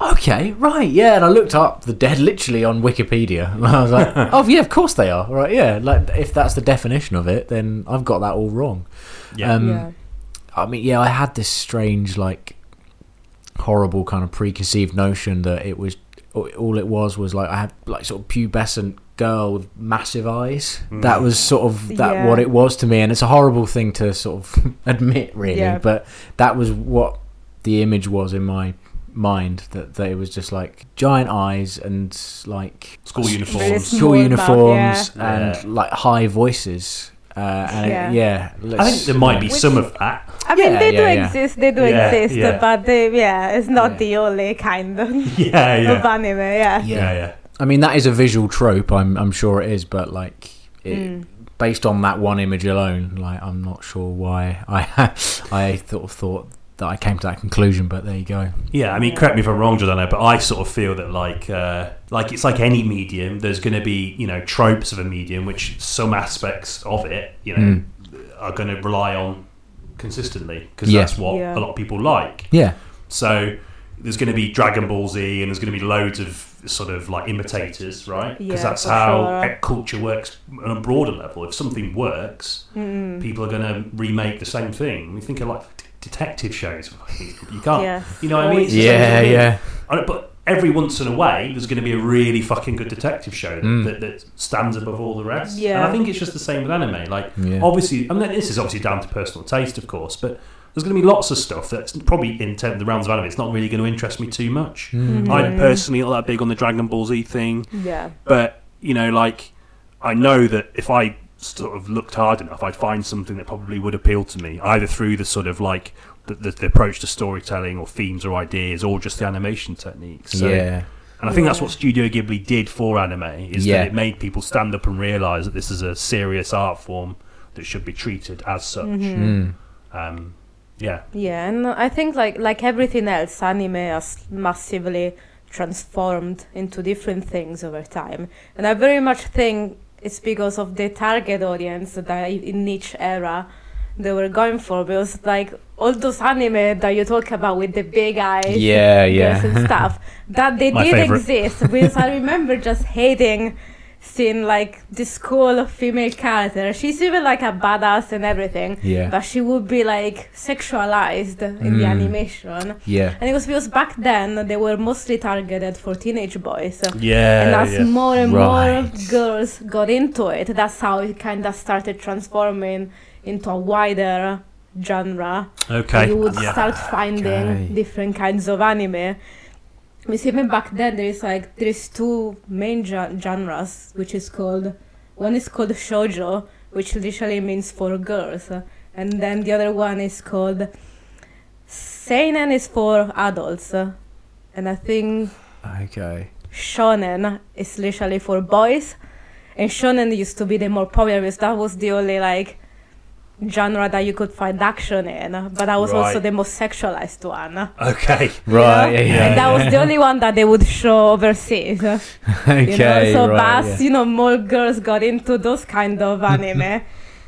S2: Okay, right, yeah. And I looked up the dead literally on Wikipedia, [laughs] and I was like, "Oh, yeah, of course they are." Right, yeah. Like if that's the definition of it, then I've got that all wrong.
S1: Yeah.
S2: Um,
S3: yeah.
S2: I mean, yeah, I had this strange, like, horrible kind of preconceived notion that it was all it was was like I had like sort of pubescent girl with massive eyes.
S1: Hmm.
S2: That was sort of that
S3: Yeah.
S2: what it was to me, and it's a horrible thing to sort of [laughs] admit, really.
S3: Yeah.
S2: But that was what the image was in my mind that, that it was just like giant eyes and like
S1: School uniforms.
S3: Really
S2: school
S3: small mouth,
S2: uniforms and
S1: Yeah.
S2: like high voices. Uh, and yeah,
S3: Yeah.
S2: it, yeah
S1: I think
S2: let's-
S1: there might be
S3: Which-
S1: some of that. [laughs]
S3: I mean,
S2: Yeah,
S3: they
S2: yeah,
S3: do
S2: yeah.
S3: exist. They do
S1: Yeah,
S3: exist,
S1: yeah.
S3: but they, yeah, it's not
S2: Yeah.
S3: the only
S2: [laughs]
S3: kind of,
S1: Yeah,
S3: of
S1: yeah.
S3: anime. Yeah.
S1: Yeah, yeah.
S2: I mean, that is a visual trope. I'm I'm sure it is, but like, it,
S3: Mm.
S2: based on that one image alone, like, I'm not sure why I [laughs] I thought thought that I came to that conclusion. But there you go.
S1: Yeah, I mean, correct me if I'm wrong, Jordana, but I sort of feel that like, uh, like it's like any medium. There's going to be you know tropes of a medium, which some aspects of it, you know, are going to rely on consistently because
S2: Yeah.
S1: that's what
S3: Yeah.
S1: a lot of people like.
S2: Yeah,
S1: So there's going to be Dragon Ball Z, and there's going to be loads of sort of like imitators, right? Because
S3: Yeah,
S1: that's
S3: for
S1: how e-,
S3: sure.
S1: culture works on a broader level. If something works, people are going to remake the same thing. We think of like d- detective shows. [laughs] You can't,
S3: Yes.
S1: you know what I mean?
S3: Always.
S1: It's the same
S2: yeah,
S1: thing.
S2: yeah.
S1: I don't- But every once in a way, there's going to be a really fucking good detective show that,
S2: Mm.
S1: that, that stands above all the rest. And
S3: Yeah.
S1: I think it's just the same with anime. Like,
S2: Yeah.
S1: obviously, I mean, this is obviously down to personal taste, of course, but there's going to be lots of stuff that's probably in terms of the rounds of anime, it's not really going to interest me too much.
S2: Mm.
S1: I'm personally not that big on the Dragon Ball Z thing,
S3: Yeah.
S1: but, you know, like, I know that if I sort of looked hard enough, I'd find something that probably would appeal to me, either through the sort of like, the, the, the approach to storytelling or themes or ideas or just the animation techniques. So,
S2: yeah,
S1: and I think that's
S3: Yeah.
S1: what Studio Ghibli did for anime is
S2: Yeah.
S1: that it made people stand up and realize that this is a serious art form that should be treated as such.
S3: Mm-hmm.
S2: Mm.
S1: Um, yeah,
S3: Yeah, and I think like like everything else, anime has massively transformed into different things over time, and I very much think it's because of the target audience that I- in each era they were going for. Because like all those anime that you talk about with the big eyes,
S2: yeah,
S3: girls
S2: yeah.
S3: and stuff
S2: [laughs]
S3: that they
S1: My
S3: did
S1: favourite.
S3: exist because i remember just hating seeing like the school of female character she's even like a badass and everything
S2: Yeah.
S3: but she would be like sexualized in the
S2: Mm.
S3: animation
S2: Yeah,
S3: and it was because back then they were mostly targeted for teenage boys and
S1: yeah,
S3: as more and
S2: Right.
S3: more girls got into it that's how it kind of started transforming into a wider genre
S1: Okay,
S3: you would
S1: yeah.
S3: start finding
S2: Okay.
S3: different kinds of anime. Because even back then, there is like there is two main gen- genres, which is called one is called shoujo, which literally means for girls, and then the other one is called seinen, is for adults, and I think
S2: okay.
S3: shonen is literally for boys, and shonen used to be the more popular because that was the only like genre that you could find action in, but that was also
S1: Right.
S3: the most sexualized one. you
S1: okay,
S2: Right,
S3: know?
S2: yeah, yeah.
S3: and that was the only one that they would show overseas. You
S2: okay,
S3: know? So,
S2: right,
S3: but as
S2: yeah.
S3: you know, more girls got into those kind
S2: [laughs]
S3: of anime.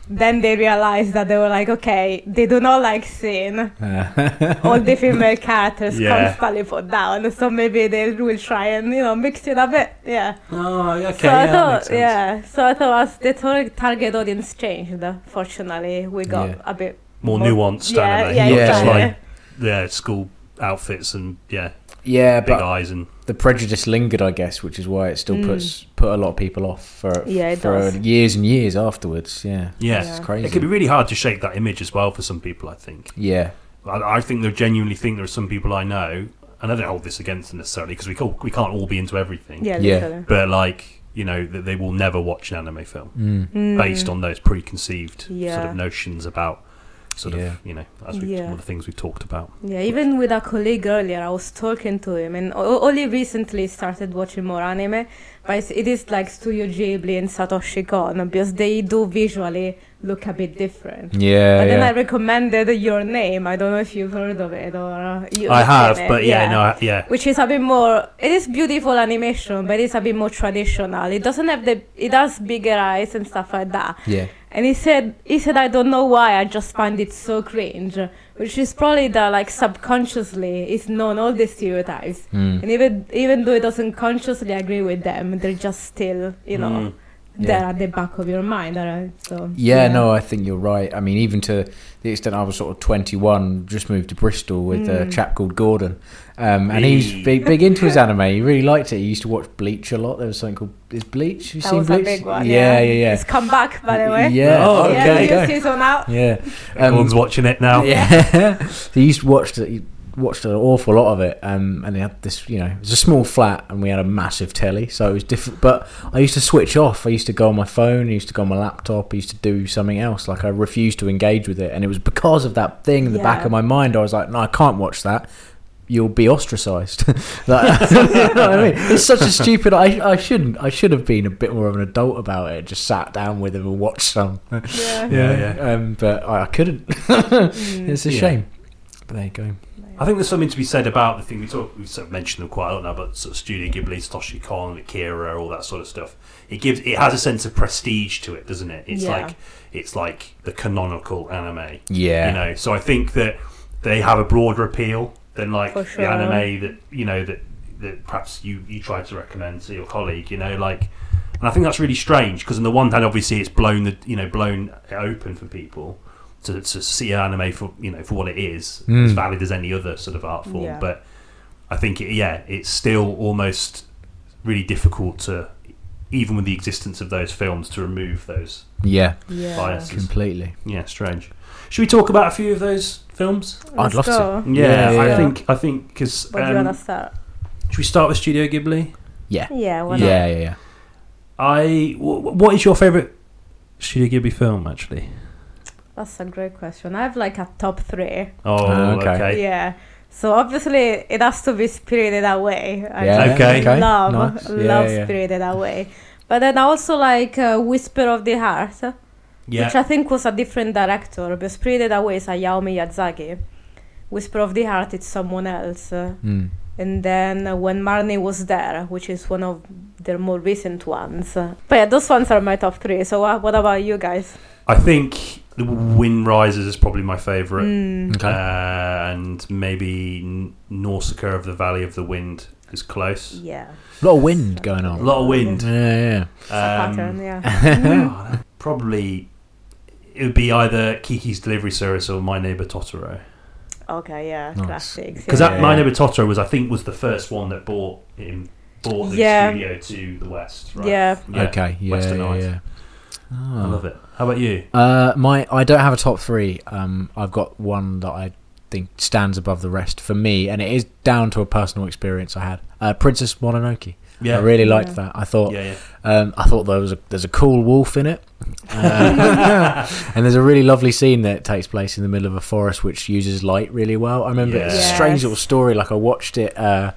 S3: Then they realized that they were like, okay, they do not like seeing [laughs]
S2: Uh,
S3: all the female characters
S1: Yeah.
S3: constantly put down, so maybe they will try and you know mix it a bit, yeah.
S1: oh, okay,
S3: So I
S1: yeah, that makes
S3: thought,
S1: sense.
S3: yeah. So I thought as the tar- target audience changed. uh, Fortunately, we got
S2: Yeah.
S3: a bit
S1: more
S3: more-
S1: nuanced
S3: Yeah,
S1: anime,
S3: yeah,
S1: not just
S2: exactly.
S1: like yeah, school outfits and yeah,
S2: [laughs] yeah,
S1: big
S2: but
S1: eyes and
S2: the prejudice lingered, I guess, which is why it still
S3: Mm.
S2: puts put a lot of people off for
S3: Yeah, it
S2: for
S3: does.
S2: years and years afterwards. Yeah,
S1: yeah.
S3: Yeah.
S2: it's crazy.
S1: It can be really hard to shake that image as well for some people. I think.
S2: yeah,
S1: I, I think they genuinely think there are some people I know, and I don't hold this against them necessarily because we can't, we can't all be into everything.
S3: Yeah,
S2: Yeah.
S3: literally.
S1: But like you know, that they will never watch an anime film
S2: mm.
S3: Mm.
S1: based on those preconceived sort
S3: Yeah.
S1: of notions about sort
S2: Yeah.
S1: of you know as we
S3: Yeah.
S1: one of the things we've talked about.
S3: Yeah, even with a colleague earlier, I was talking to him, and o- only recently started watching more anime. But it's- it is like Studio Ghibli and Satoshi Kon because they do visually look a bit different.
S2: Yeah,
S3: But then I
S2: yeah.
S3: recommended your name. I don't know if you've heard of it or uh, you-
S1: I
S3: you've
S1: have,
S3: seen it.
S1: but yeah, no, I- yeah.
S3: Which is a bit more. It is beautiful animation, but it's a bit more traditional. It doesn't have the. It has bigger eyes and stuff like that.
S2: yeah.
S3: And he said, he said, I don't know why. I just find it so cringe, which is probably that like subconsciously it's known all the stereotypes,
S1: Hmm.
S2: Mm.
S3: and even even though it doesn't consciously agree with them, they're just still you know
S1: Mm.
S3: they're
S2: Yeah.
S3: at the back of your mind. Right? So
S2: Yeah, no, I think you're right. I mean, even to the extent I was sort of 21, just moved to Bristol with
S3: Hmm.
S2: a chap called Gordon, um, and he
S1: Hey.
S2: was big, big into his anime. He really liked it. He used to watch Bleach a lot. There was something called is Bleach. You
S3: that
S2: seen
S3: was
S2: Bleach?
S3: a big one.
S2: Yeah,
S3: Yeah,
S2: yeah, yeah.
S3: [laughs] It's come back by the way.
S2: Yeah.
S1: Oh,
S3: yeah.
S1: okay.
S3: new
S2: There you go. [laughs]
S3: season out.
S2: Yeah.
S1: Everyone's watching it now.
S2: Um, Yeah, so he used to watch the- he watched an awful lot of it, um, and they had this, you know, it was a small flat, and we had a massive telly, so it was different. But I used to switch off. I used to go on my phone. I used to go on my laptop. I used to do something else. Like I refused to engage with it, and it was because of that thing in the back
S3: Yeah.
S2: of my mind. I was like, no, I can't watch that. You'll be ostracised. [laughs] like, you know what I mean? It's such a stupid. I, I shouldn't. I should have been a bit more of an adult about it. Just sat down with him and watched some.
S3: Yeah.
S1: Yeah,
S2: Um, but I, I couldn't. [laughs]
S3: Mm.
S2: It's a
S1: Yeah.
S2: shame. But there you go.
S1: I think there's something to be said about the thing we talk. We've sort of mentioned them quite a lot now, but sort of Studio Ghibli, Satoshi Kon, Akira, all that sort of stuff. It gives it has a sense of prestige to it, doesn't it? It's
S3: Yeah.
S1: like it's like the canonical anime,
S2: Yeah.
S1: you know. So I think that they have a broader appeal than like
S3: For sure.
S1: the anime that you know that that perhaps you you tried to recommend to your colleague, you know, like. And I think that's really strange because on the one hand, obviously, it's blown the you know blown it open for people to, to see anime for you know for what it is,
S2: Mm.
S1: as valid as any other sort of art form.
S3: Yeah.
S1: But I think it, yeah, it's still almost really difficult to even with the existence of those films to remove those
S2: Yeah,
S3: Yeah.
S1: biases.
S2: completely.
S1: Yeah, strange. Should we talk about a few of those films?
S2: I'd love
S3: Let's
S2: to.
S3: go.
S1: Yeah,
S2: Yeah,
S1: I
S3: yeah.
S1: think I think because
S3: But do you
S1: um,
S3: wanna start?
S1: should we start with Studio Ghibli?
S2: Yeah.
S3: Yeah. why not?
S2: Yeah, yeah, yeah.
S1: I wh- what is your favorite Studio Ghibli film actually?
S3: That's a great question. I have like a top three.
S1: Oh,
S2: Ah, okay.
S1: okay.
S3: Yeah. So obviously it has to be spirited away. I
S2: Yeah,
S1: Okay.
S2: okay,
S3: love
S2: nice.
S3: love
S2: Yeah, yeah.
S3: spirited away. But then I also like uh, Whisper of the Heart,
S1: Yeah,
S3: which I think was a different director. But Spirited Away is Hayao Miyazaki. Whisper of the Heart it's someone else. Uh,
S2: Mm.
S3: And then uh, when Marnie was there, which is one of their more recent ones. Uh, But yeah, those ones are my top three. So uh, what about you guys?
S1: I think The Wind Rises is probably my favorite.
S3: Mm.
S2: Okay.
S1: Uh, and maybe N- Nausicaa of the Valley of the Wind is close.
S3: Yeah.
S2: a lot of wind going
S1: A
S2: on.
S1: lot of wind.
S2: Yeah,
S3: It's a pattern, yeah.
S1: Um, probably it would be either Kiki's Delivery Service or My Neighbor Totoro.
S3: Okay, yeah,
S2: Nice.
S3: classics.
S1: Because
S3: yeah.
S1: that My Neighbor Totoro was, I think, was the first one that brought him brought the
S3: Yeah.
S1: studio to the West. Right?
S3: Yeah.
S2: yeah. Okay. Yeah,
S1: Western
S2: yeah,
S1: Eyes.
S2: yeah.
S1: I
S2: Ah.
S1: love it. How about you?
S2: Uh, my I don't have a top three. Um, I've got one that I think stands above the rest for me, and it is down to a personal experience I had. Uh, Princess Mononoke. I really liked
S3: Yeah.
S2: that. I thought
S1: yeah, yeah.
S2: [laughs] Um, I thought there was a, there's a cool wolf [laughs] in it, Uh, and there's a really lovely scene that takes place in the middle of a forest, which uses light really well. I remember it's
S1: Yes.
S2: a strange little story. Like I watched it. Uh,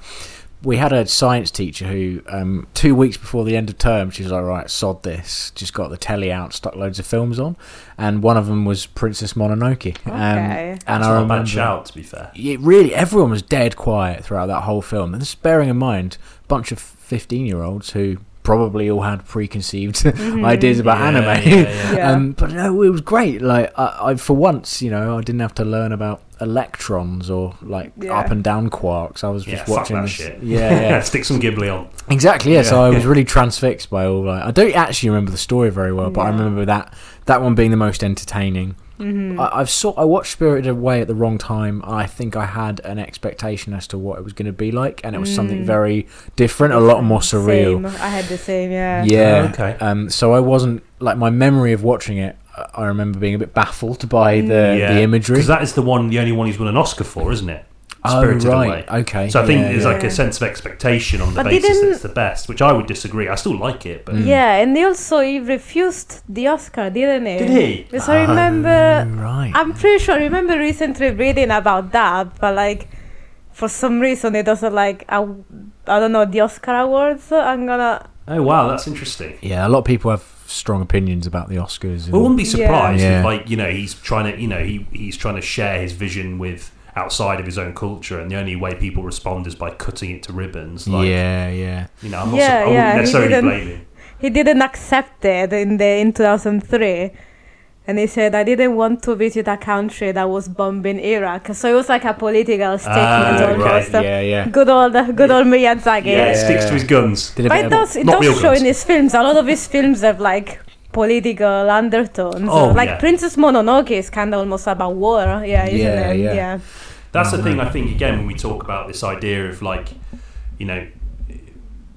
S2: we had a science teacher who, um, two weeks before the end of term, she was like, "Right, sod this." Just got the telly out, stuck loads of films on, and one of them was Princess Mononoke. Um,
S3: Okay.
S1: That's
S2: and I
S1: not a
S2: remember
S1: bad shout, to be fair.
S2: it really everyone was dead quiet throughout that whole film and this is bearing in mind a bunch of 15 year olds who probably all had preconceived [laughs] ideas about
S1: Yeah,
S2: anime
S1: yeah, yeah.
S3: Mm-hmm. Yeah.
S2: um, but no it was great like I, I for once you know i didn't have to learn about electrons or like
S3: Yeah.
S2: up and down quarks i was
S1: Yeah,
S2: just
S1: fuck
S2: watching
S1: that
S2: this
S1: shit. [laughs]
S2: yeah yeah Uh,
S1: Stick some Ghibli on.
S2: Exactly. Yeah. So
S1: Yeah.
S2: I was really transfixed by all. Like, I don't actually remember the story very well, but I
S3: Yeah.
S2: remember that that one being the most entertaining.
S3: Mm-hmm.
S2: I, I've saw I watched Spirited Away at the wrong time. I think I had an expectation as to what it was going to be like, and it was something
S3: Mm.
S2: very different, a lot more surreal.
S3: Same. I had the same, yeah.
S2: Yeah.
S1: Oh, okay.
S2: Um. So I wasn't like my memory of watching it. I- I remember being a bit baffled
S3: Mm.
S2: by the the imagery.
S1: Because that is the one, the only one he's won an Oscar for, isn't it?
S2: oh
S1: Spirited
S2: right.
S1: Away.
S2: Okay.
S1: So I think
S2: yeah,
S1: there's
S2: yeah.
S1: like a sense of expectation on the
S3: But they
S1: basis that
S3: didn't-
S1: it's the best, which I would disagree. I still like it, but
S3: Yeah, and he also he refused the Oscar, didn't he?
S1: Did he?
S3: Because I remember,
S2: right.
S3: I'm pretty sure I remember recently reading about that, but like for some reason it doesn't like I, I don't know the Oscar awards. I'm gonna
S1: oh wow, that's interesting.
S2: Yeah, a lot of people have strong opinions about the Oscars. and-
S1: We wouldn't be surprised
S2: Yeah.
S1: if, like, you know, he's trying to, you know, he he's trying to share his vision with outside of his own culture, and the only way people respond is by cutting it to ribbons. Like,
S2: yeah, yeah.
S1: you know, I'm not, yeah,
S3: Yeah,
S1: I wouldn't
S3: yeah, he
S1: necessarily
S3: didn't-
S1: blame him.
S3: he didn't accept it in the in 2003 and he said i didn't want to visit a country that was bombing iraq so it was like a political statement
S1: Ah,
S3: almost
S1: right,
S3: Uh,
S2: yeah, yeah.
S3: good old good old miyazaki
S1: Yeah, it sticks to his guns.
S2: Did a
S3: but
S2: bit
S3: it
S2: of-
S3: does it
S1: not real
S3: does show
S1: guns.
S3: in his films a lot of his films have like political undertones
S1: Oh,
S3: like
S1: yeah.
S3: princess mononoke is kind of almost about war yeah isn't
S2: Yeah,
S3: it
S2: yeah.
S1: That's the thing I think again when we talk about this idea of like, you know,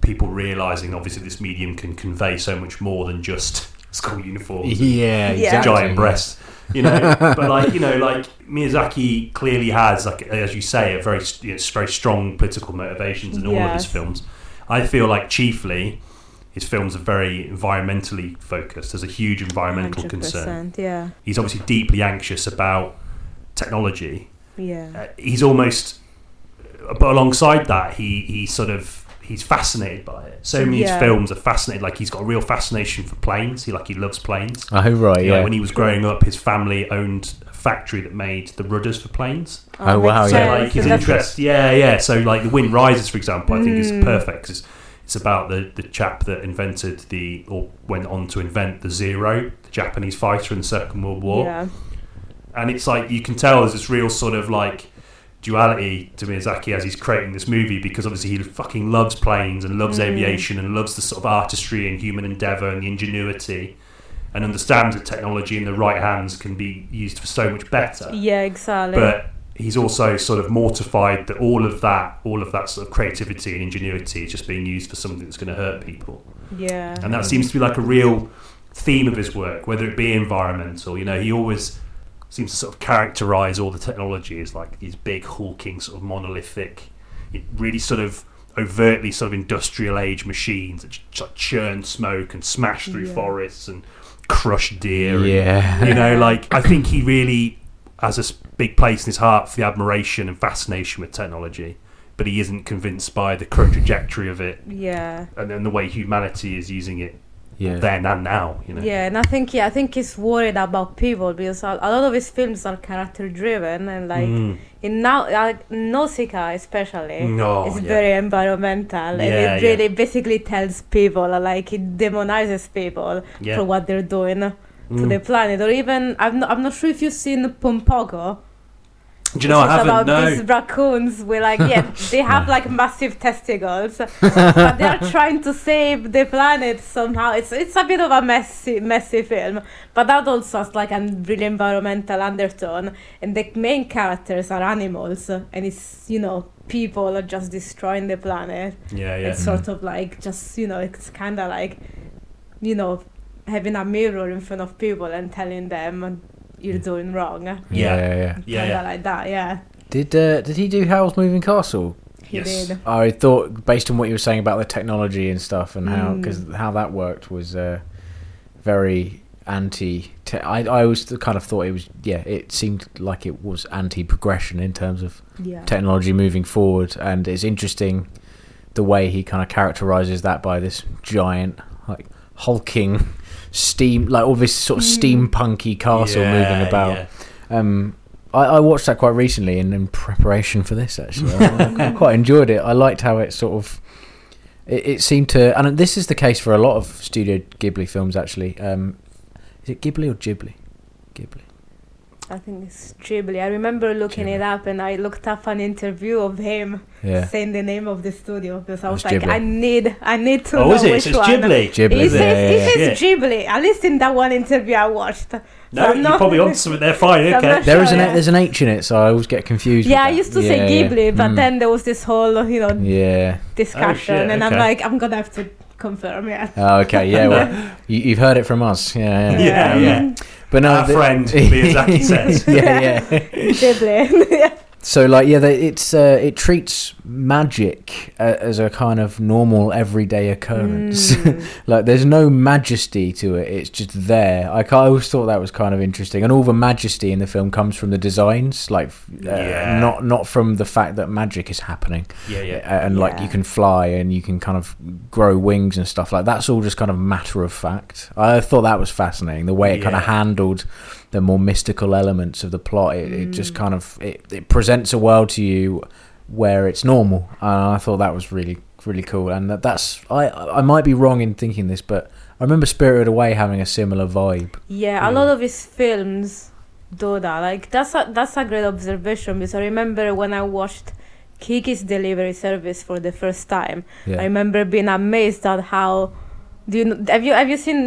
S1: people realizing obviously this medium can convey so much more than just [laughs] school uniforms, and
S2: yeah,
S3: Yeah.
S2: exactly.
S1: giant breasts, you know. but like you know, like Miyazaki clearly has like as you say a very you know, very strong political motivations in all of his
S3: Yes.
S1: films. I feel like chiefly his films are very environmentally focused. There's a huge environmental concern.
S3: 100% yeah
S1: He's obviously deeply anxious about technology
S3: yeah
S1: uh, he's almost but alongside that he he sort of he's fascinated by it so many of his
S3: Yeah.
S1: films are fascinated like he's got a real fascination for planes he like he loves planes
S2: Oh right,
S1: You know,
S2: yeah.
S1: when he was growing up his family owned a factory that made the rudders for planes
S2: Oh,
S3: makes
S2: wow, yeah.
S1: so
S3: sense.
S1: like his
S3: And that's-
S1: interest yeah yeah so like the wind rises for example i think
S3: Hmm.
S1: is perfect 'cause it's, it's about the the chap that invented the or went on to invent the zero the japanese fighter in the second world war
S3: yeah
S1: and it's like you can tell there's this real sort of like duality to Miyazaki as he's creating this movie because obviously he fucking loves planes and loves aviation and loves the sort of artistry and human endeavor and the ingenuity and understands that technology in the right hands can be used for so much better
S3: yeah exactly
S1: but he's also sort of mortified that all of that all of that sort of creativity and ingenuity is just being used for something that's going to hurt people
S3: yeah
S1: and that seems to be like a real theme of his work, whether it be environmental. You know, he always seems to sort of characterize all the technology as like these big, hulking, sort of monolithic, really sort of overtly sort of industrial age machines that ch- ch- churn smoke and smash through
S3: Yeah.
S1: forests and crush deer. and-
S2: yeah.
S1: you know, like I think he really has a s- big place in his heart for the admiration and fascination with technology, but he isn't convinced by the current trajectory of it
S3: yeah
S1: and then the way humanity is using it
S2: yeah.
S1: then and now. You know,
S3: Yeah, and I think yeah, I think he's worried about people because a, a lot of his films are character driven and like
S1: Mm.
S3: in now like Nausicaa especially
S1: No,
S3: it's
S1: yeah.
S3: very environmental and
S1: Yeah,
S3: it
S1: yeah.
S3: really basically tells people like it demonizes people
S1: Yeah. Mm.
S3: for what they're doing to the planet or even I'm not, I'm not sure if you've seen Pompogo.
S1: Do you know I
S3: It's
S1: haven't?
S3: about
S1: No.
S3: these raccoons with like yeah they
S1: [laughs]
S3: have like massive testicles but they are trying to save the planet somehow it's it's a bit of a messy messy film but that also has like a really environmental undertone and the main characters are animals and it's you know people are just destroying the planet
S1: Yeah, Mm-hmm. yeah.
S3: it's sort of like just you know it's kind of like you know having a mirror in front of people and telling them you're doing wrong
S1: Yeah.
S2: yeah, yeah.
S1: Mm. yeah,
S3: Kinda
S1: yeah.
S3: like that yeah
S2: Did uh, did he do Howl's Moving Castle?
S3: he
S1: Yes.
S3: did
S2: I thought based on what you were saying about the technology and stuff and how because how that worked was uh, very anti. Te- I I always kind of thought it was yeah. It seemed like it was anti progression in terms of
S3: yeah
S2: technology moving forward, and it's interesting the way he kind of characterizes that by this giant like hulking steam like all this sort of steampunky castle moving about um, I, I watched that quite recently in, in preparation for this. Actually, I, I quite enjoyed it. I liked how it sort of it, it seemed to, and this is the case for a lot of Studio Ghibli films. Actually, um, is it Ghibli or Ghibli? Ghibli.
S3: I think it's Ghibli. I remember looking it up and I looked up an interview of him
S2: Yeah,
S3: saying the name of the studio because I
S2: It's
S3: was like,
S2: Ghibli.
S3: I need, I need to
S1: Oh,
S3: know
S1: is it?
S3: which
S1: It's
S3: one.
S1: Ghibli.
S2: Ghibli.
S3: It says,
S2: yeah, yeah, yeah.
S3: it says Ghibli. At least in that one interview I watched. So
S1: No,
S3: I'm
S1: you're
S3: not-
S1: probably onto something there. Fine,
S3: So I'm
S1: okay.
S3: not-
S2: There is an
S3: yeah.
S2: there's an H in it, so I always get confused.
S3: Yeah, I
S2: with that.
S3: used to
S2: Yeah,
S3: say
S2: yeah.
S3: Ghibli, but
S2: Mm.
S3: then there was this whole, you know,
S2: yeah.
S3: discussion,
S1: Hmm. Oh, shit,
S3: and I'm
S1: okay.
S3: like, I'm gonna have to
S1: [laughs]
S3: confirm. Yeah,
S2: Oh, okay, yeah.
S3: [laughs]
S2: Well, you, you've heard it from us. Yeah, yeah.
S1: Yeah,
S2: Um,
S1: yeah.
S2: But no, [laughs]
S1: Our
S2: the- [laughs]
S1: friend, Miyazaki says.
S2: yeah, yeah.
S3: Ghibli. [laughs]
S2: So like yeah, they, it's uh, it treats magic uh, as a kind of normal everyday occurrence.
S3: Mm.
S2: [laughs] like there's no majesty to it; it's just there. I, ca- I always thought that was kind of interesting, and all the majesty in the film comes from the designs, like f- uh,
S1: Yeah.
S2: not not from the fact that magic is happening.
S1: Yeah, yeah.
S2: A- and like
S3: Yeah.
S2: you can fly and you can kind of grow wings and stuff like that's all just kind of matter of fact. I thought that was fascinating the way it kind of
S1: Yeah.
S2: handled the more mystical elements of the plot. It, it
S3: Mm.
S2: just kind of it, it presents a world to you where it's normal, and I thought that was really really cool. And that, that's I I might be wrong in thinking this, but I remember Spirited Away having a similar vibe.
S3: Yeah, a
S1: Mm.
S3: lot of his films do that. Like that's a that's a great observation because I remember when I watched Kiki's Delivery Service for the first time. I
S2: Yeah,
S3: remember being amazed at how do you kn- have you have you seen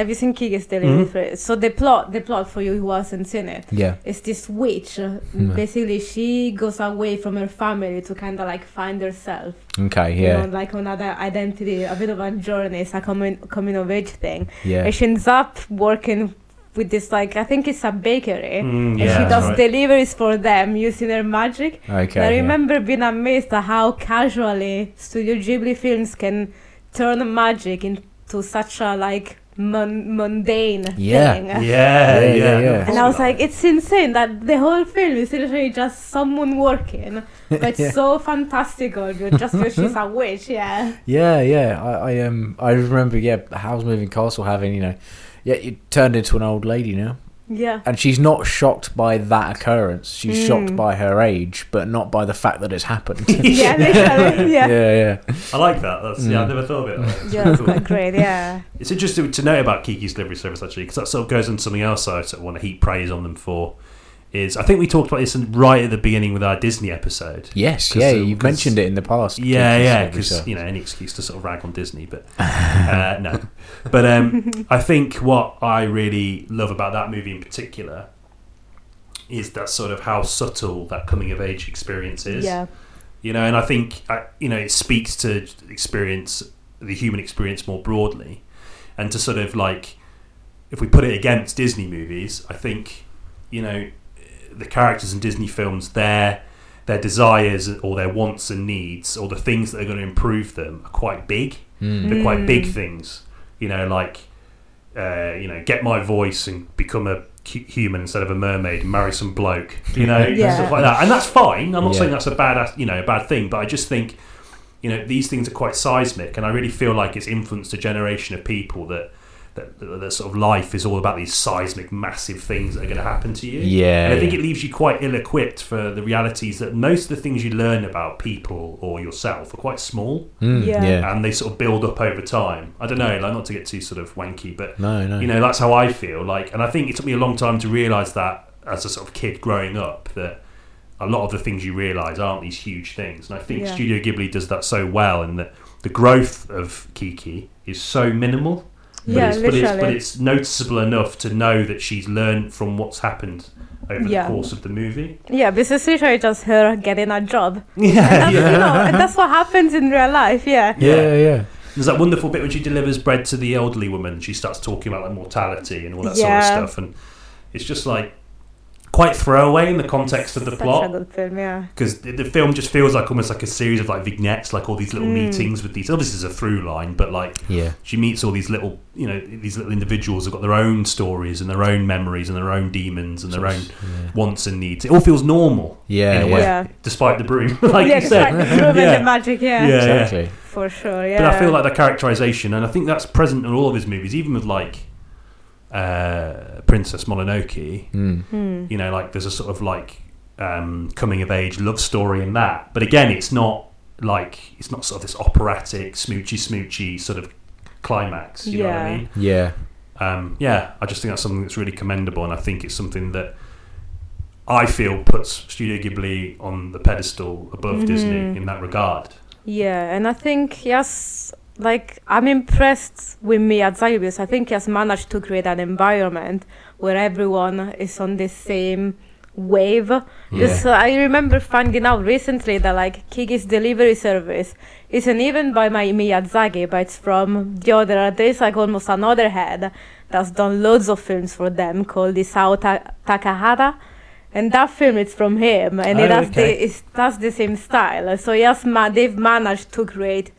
S3: have you seen Kiki's Delivery
S2: Mm-hmm.
S1: Mhm.
S3: Service? So the plot the plot for you who hasn't seen it
S2: yeah,
S3: it's this witch. uh,
S2: Mm.
S3: Basically, she goes away from her family to kind of like find herself.
S2: okay,
S3: You
S2: yeah,
S3: know, like another identity, a bit of a journey. It's a coming, coming of age thing.
S2: yeah.
S3: And she ends up working with this, like, I think it's a bakery.
S1: Mm,
S3: and
S1: yeah,
S3: she does
S1: right.
S3: deliveries for them using her magic.
S2: Okay.
S3: I
S2: yeah.
S3: remember being amazed at how casually Studio Ghibli films can turn magic into such a like mun- mundane
S2: Yeah.
S3: thing.
S1: yeah,
S2: Yeah,
S1: yeah,
S2: yeah,
S1: yeah,
S2: yeah.
S3: And I was like, it's insane that the whole film is literally just someone working, but
S2: [laughs]
S3: it's so fantastical. You're just you're, she's a
S2: [laughs]
S3: witch, yeah.
S2: Yeah, yeah. I, I um I remember yeah, Howl's Moving Castle having, you know yeah, you turned into an old lady now.
S3: Yeah.
S2: And she's not shocked by that occurrence. She's shocked
S3: Mm.
S2: by her age, but not by the fact that it's happened. [laughs]
S3: [laughs] Yeah, literally.
S2: yeah,
S3: Yeah.
S2: yeah.
S1: I like that. That's, Yeah,
S2: Mm.
S1: I've never thought of
S3: [laughs]
S1: it. like that. It's
S3: Yeah,
S1: pretty
S3: it's
S1: cool.
S3: quite great, yeah.
S1: It's interesting to know about Kiki's delivery service actually, because that sort of goes into something else I sort of want to heap praise on them for. Is I think we talked about this in- right at the beginning with our Disney episode.
S2: Yes,
S1: 'Cause,
S2: yeah,
S1: uh,
S2: you've
S1: 'cause-
S2: mentioned it in the past.
S1: Yeah,
S2: Kiki's
S1: yeah,
S2: Delivery
S1: because
S2: Service.
S1: you know any excuse to sort of rag on Disney, but uh, no. But um, I think what I really love about that movie in particular is that sort of how subtle that coming of age experience is.
S3: Yeah.
S1: you know and i think I- you know it speaks to experience the human experience more broadly and to sort of like if we put it against disney movies i think you know the characters in disney films their their desires or their wants and needs or the things that are going to improve them are quite big
S2: Mm.
S1: they're quite
S3: Mm.
S1: big things you know like uh, you know get my voice and become a cu- human instead of a mermaid and marry some bloke you know and
S3: Yeah.
S1: stuff like that and that's fine i'm not
S2: Yeah.
S1: saying that's a bad you know a bad thing but i just think you know these things are quite seismic and i really feel like it's influenced a generation of people that that, that, that sort of life is all about these seismic massive things that are going to happen to you
S2: Yeah,
S1: and i think
S2: yeah.
S1: it leaves you quite ill-equipped for the realities that most of the things you learn about people or yourself are quite small
S2: Mm, yeah.
S3: Yeah.
S1: and they sort of build up over time. I don't know, like not to get too sort of wanky, but
S2: No, no.
S1: you know that's how I feel. Like, and I think it took me a long time to realise that as a sort of kid growing up that a lot of the things you realise aren't these huge things. And I think
S3: Yeah.
S1: Studio Ghibli does that so well, in that the growth of Kiki is so minimal. But,
S3: Yeah,
S1: it's, but, it's, but
S3: literally.
S1: it's noticeable enough to know that she's learned from what's happened over
S3: Yeah.
S1: the course of the movie.
S3: Yeah, this is literally just her getting a job.
S1: [laughs] Yeah,
S3: That's, you know, and that's what happens in real life, yeah.
S2: yeah, yeah.
S1: There's that wonderful bit when she delivers bread to the elderly woman. She starts talking about like mortality and all that
S3: Yeah.
S1: sort of stuff, and it's just like quite throwaway in the context of the
S3: Such a
S1: plot
S3: good film, yeah.
S1: because the, the film just feels like almost like a series of like vignettes, like all these little
S3: Mm.
S1: meetings with these. Obviously, there's a through line, but like
S2: Yeah.
S1: she meets all these little, you know, these little individuals who've got their own stories and their own memories and their own demons and their own wants and needs. It all feels normal,
S2: Yeah,
S1: in a
S2: yeah.
S1: way,
S3: Yeah.
S1: despite the broom, [laughs] like
S3: yeah,
S1: you said.
S3: it's like proven
S1: [laughs] Yeah.
S3: the magic, yeah.
S1: Yeah.
S2: Exactly.
S3: For sure, yeah.
S1: But I feel like the characterization, and I think that's present in all of his movies, even with like uh, Princess Mononoke.
S2: Mm.
S3: Hmm.
S1: You know, like there's a sort of like um, coming of age love story in that. But again, it's not like it's not sort of this operatic smoochy smoochy sort of climax. You know what I
S3: Yeah.
S1: mean?
S2: Yeah.
S1: Um, yeah, I just think that's something that's really commendable, and I think it's something that. I feel puts Studio Ghibli on the pedestal above
S3: Mm-hmm.
S1: Disney in that regard.
S3: Yeah, and I think he has, like, I'm impressed with Miyazaki because I think he has managed to create an environment where everyone is on the same wave. Because I remember finding out recently that, like, Kiki's delivery service isn't even by my Miyazaki, but it's from the other, there's like almost another head that's done loads of films for them called Isao Ta- Takahata. And that film is from him, and
S1: Oh,
S3: it has
S1: okay.
S3: the it's, that's the same style. So yes, ma- they've managed to create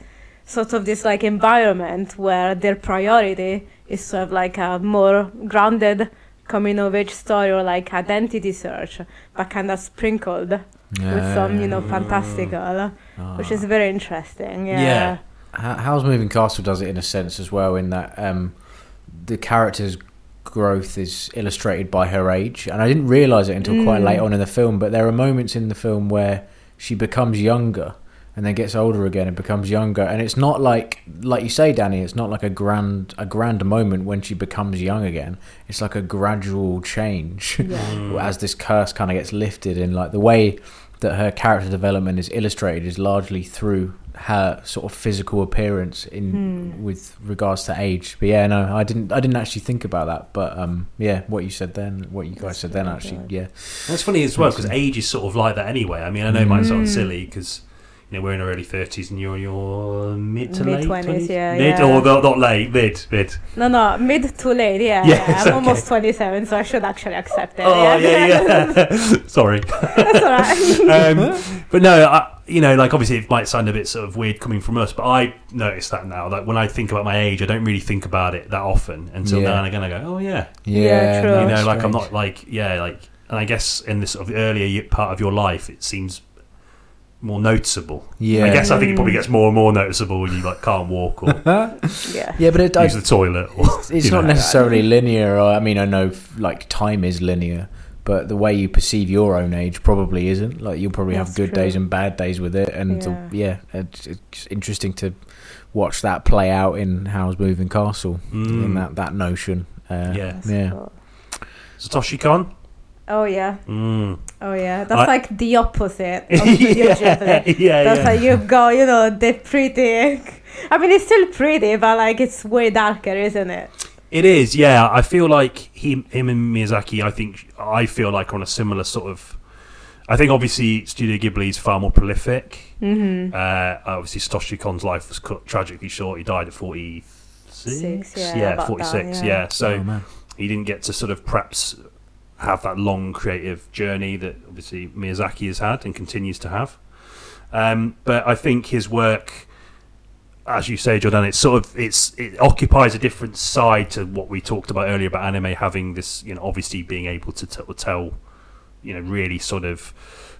S3: sort of this like environment where their priority is to have like a more grounded coming of age story or like identity search, but kind of sprinkled with some you know fantastical,
S1: Ah.
S2: Oh,
S3: which is very interesting. Yeah.
S2: Yeah. Ho- How's Moving Castle does it in a sense as well, in that um, the character's growth is illustrated by her age, and I didn't realise it until quite
S3: Mm.
S2: late on in the film. But there are moments in the film where she becomes younger and then gets older again and becomes younger, and it's not like like you say, Danny, it's not like a grand a grand moment when she becomes young again. It's like a gradual change [laughs]
S3: Yeah.
S2: as this curse kind of gets lifted and like the way that her character development is illustrated is largely through her sort of physical appearance
S3: Hmm.
S2: in with regards to age but yeah no i didn't i didn't actually think about that but um yeah what you said then what you guys
S3: That's
S2: said then
S3: really
S2: actually
S3: good.
S2: yeah
S1: That's funny as well because age is sort of like that anyway. I mean, I know it might
S3: Mm.
S1: sound silly because you know we're in our early thirties and you're in your mid to late
S3: Mid-twenties,
S1: twenties,
S3: yeah,
S1: mid
S3: yeah.
S1: or not, not late, mid, mid.
S3: No, no, mid to late. Yeah,
S1: Yes,
S3: yeah. I'm
S1: okay.
S3: almost 27, so I should actually accept it.
S1: Oh yeah, yeah. [laughs] Sorry.
S3: [laughs] That's
S1: [laughs]
S3: all right. [laughs]
S1: um, but no, I, you know, like obviously it might sound a bit sort of weird coming from us, but I notice that now. Like when I think about my age, I don't really think about it that often until
S2: Yeah. Oh,
S1: now and again. I go, oh yeah,
S3: Yeah, true.
S1: you
S3: That's
S1: know, like I'm not like yeah, like. And I guess in this sort of earlier y- part of your life, it seems more noticeable.
S2: yeah
S1: I guess I think it probably gets more and more noticeable when you like can't walk or
S3: yeah.
S2: yeah but it
S1: use
S2: does
S1: the toilet. Or,
S2: it's,
S1: [laughs]
S2: it's
S1: you
S2: not
S1: know.
S2: necessarily linear. Or, I mean, I know f- like time is linear, but the way you perceive your own age probably isn't. Like you'll probably have
S3: That's
S2: good
S3: true.
S2: days and bad days with it, and the- yeah, it's, it's interesting to watch that play out in How's Moving Castle
S1: Mm.
S2: in that that notion. Uh,
S1: Yeah,
S3: That's
S2: Yeah.
S3: cool.
S1: Satoshi Kon.
S3: Oh yeah.
S1: Mm.
S3: Oh yeah. That's
S1: I-
S3: like the opposite
S1: [laughs]
S3: of Studio
S1: yeah,
S3: Ghibli.
S1: yeah,
S3: That's
S1: yeah.
S3: how you go, you know, the pretty. I mean, it's still pretty, but like it's way darker, isn't it?
S1: It is, yeah. I feel like him, him and Miyazaki. I think I feel like are on a similar sort of. I think obviously Studio Ghibli is far more prolific.
S3: Mm-hmm.
S1: Uh, obviously, Satoshi Kon's life was cut tragically short. He died at forty six.
S3: Six, yeah,
S1: yeah,
S3: about
S1: forty six.
S3: that,
S1: Yeah.
S3: yeah.
S1: so
S2: Oh, man.
S1: he didn't get to sort of perhaps have that long creative journey that obviously Miyazaki has had and continues to have. Um, but I think his work, as you say, Jordan, it's sort of it's it occupies a different side to what we talked about earlier about anime having this, you know, obviously being able to t- tell, you know, really sort of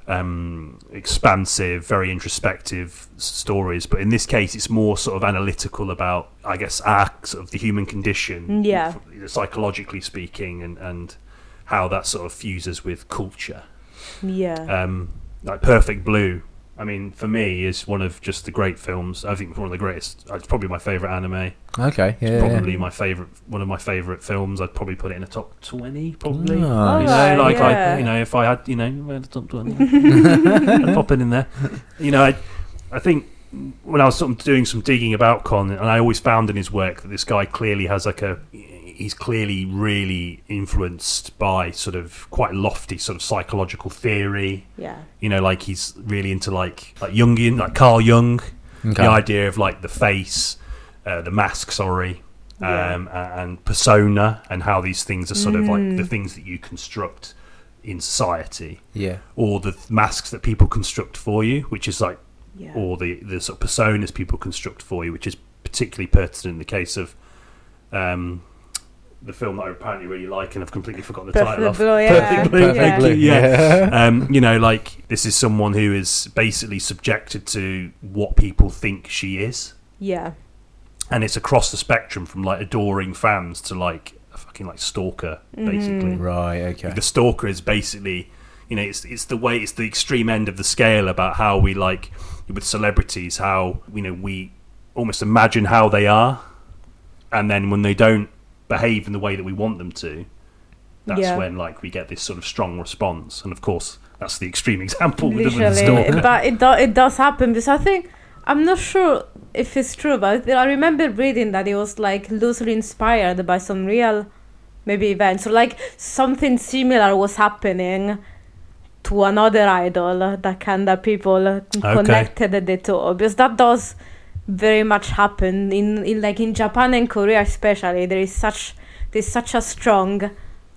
S1: um, expansive, very introspective s- stories. But in this case, it's more sort of analytical about, I guess, our sort of the human condition,
S3: Yeah.
S1: f- psychologically speaking, and and how that sort of fuses with culture
S3: Yeah.
S1: um, like Perfect Blue. I mean, for me, is one of just the great films. I think it's one of the greatest. uh, It's probably my favorite anime.
S2: Okay. Yeah. yeah.
S1: Probably my favorite, one of my favorite films. I'd probably put it in the top twenty, probably.
S2: Ah,
S1: You
S3: Alright,
S1: know, like I,
S3: yeah.
S1: you know, if I had, you know, if I had the top
S2: [laughs]
S1: 20, I'd pop it in there. You know, I, I think when I was sort of doing some digging about Con, and I always found in his work that this guy clearly has like a, he's clearly really influenced by sort of quite lofty sort of psychological theory
S3: Yeah.
S1: you know, like he's really into like like Jungian, like Carl Jung,
S2: okay.
S1: the idea of like the face, uh, the mask, sorry, um, a- and persona, and how these things are sort of like
S3: Mm.
S1: the things that you construct in society,
S2: yeah.
S1: or the th- masks that people construct for you, which is like,
S3: Yeah.
S1: or the the sort of personas people construct for you, which is particularly pertinent in the case of. Um, the film that I apparently really like and I've completely forgotten the title
S3: Perfect
S1: of.
S3: blue. Yeah.
S1: Perfect Blue,
S3: yeah.
S1: thank you, yeah
S2: Yeah.
S1: um, you know, like this is someone who is basically subjected to what people think she is,
S3: Yeah.
S1: and it's across the spectrum from like adoring fans to like a fucking like stalker, basically.
S2: Right. Okay.
S1: The stalker is basically, you know, it's it's the way it's the extreme end of the scale about how we like with celebrities, how you know we almost imagine how they are, and then when they don't behave in the way that we want them to, that's
S3: Yeah.
S1: when like we get this sort of strong response. And of course, that's the extreme [laughs] example with the- with the
S3: Literally,
S1: stalker.
S3: but it do, it does happen because I think I'm not sure if it's true, but I remember reading that it was like loosely inspired by some real maybe events or like something similar was happening to another idol that kind of people connected the two because that does very much happen in, in like in Japan and Korea especially there is such there's such a strong